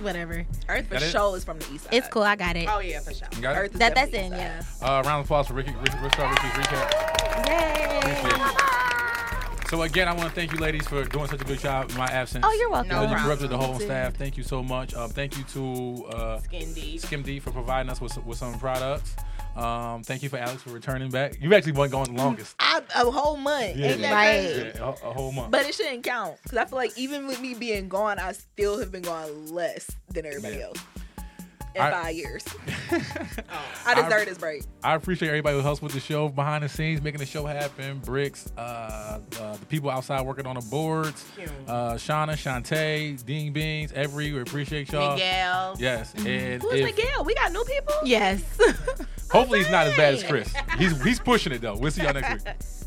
[SPEAKER 8] whatever.
[SPEAKER 4] Earth for
[SPEAKER 3] That is-
[SPEAKER 4] sure is from the east side.
[SPEAKER 8] It's cool. I got it.
[SPEAKER 5] Oh yeah, for sure.
[SPEAKER 3] You got it?
[SPEAKER 4] Earth is
[SPEAKER 8] That that's in
[SPEAKER 4] definitely
[SPEAKER 8] yeah.
[SPEAKER 3] Uh, round of applause for Ricky. Ricky Ricky Ricky's recap.
[SPEAKER 8] Yay.
[SPEAKER 3] Appreciate it. So again, I want to thank you, ladies, for doing such a good job in my absence.
[SPEAKER 8] Oh, you're welcome.
[SPEAKER 3] And then
[SPEAKER 8] No
[SPEAKER 3] you corrupted the
[SPEAKER 8] problem.
[SPEAKER 3] whole staff. Thank you so much. Um, thank you to uh,
[SPEAKER 5] Skim D.
[SPEAKER 3] Skim D for providing us with, some- with some products. Um, thank you for Alex for returning back. You actually weren't gone the longest.
[SPEAKER 4] I, a whole month. Ain't that crazy?
[SPEAKER 3] Yeah, a, a whole month.
[SPEAKER 4] But it shouldn't count because I feel like even with me being gone, I still have been gone less than everybody
[SPEAKER 3] Yeah.
[SPEAKER 4] else in
[SPEAKER 3] I-
[SPEAKER 4] five years. I deserve this break.
[SPEAKER 3] I appreciate everybody who helps with the show behind the scenes, making the show happen. Bricks, uh, uh, the people outside working on the boards, uh, Shauna, Shantae, Ding Beans, Every. We appreciate y'all.
[SPEAKER 4] Miguel.
[SPEAKER 3] Yes. And
[SPEAKER 4] Who's
[SPEAKER 3] if,
[SPEAKER 4] Miguel? We got new people.
[SPEAKER 8] Yes.
[SPEAKER 3] hopefully he's not as bad as Chris. He's he's pushing it though. We'll see y'all next week.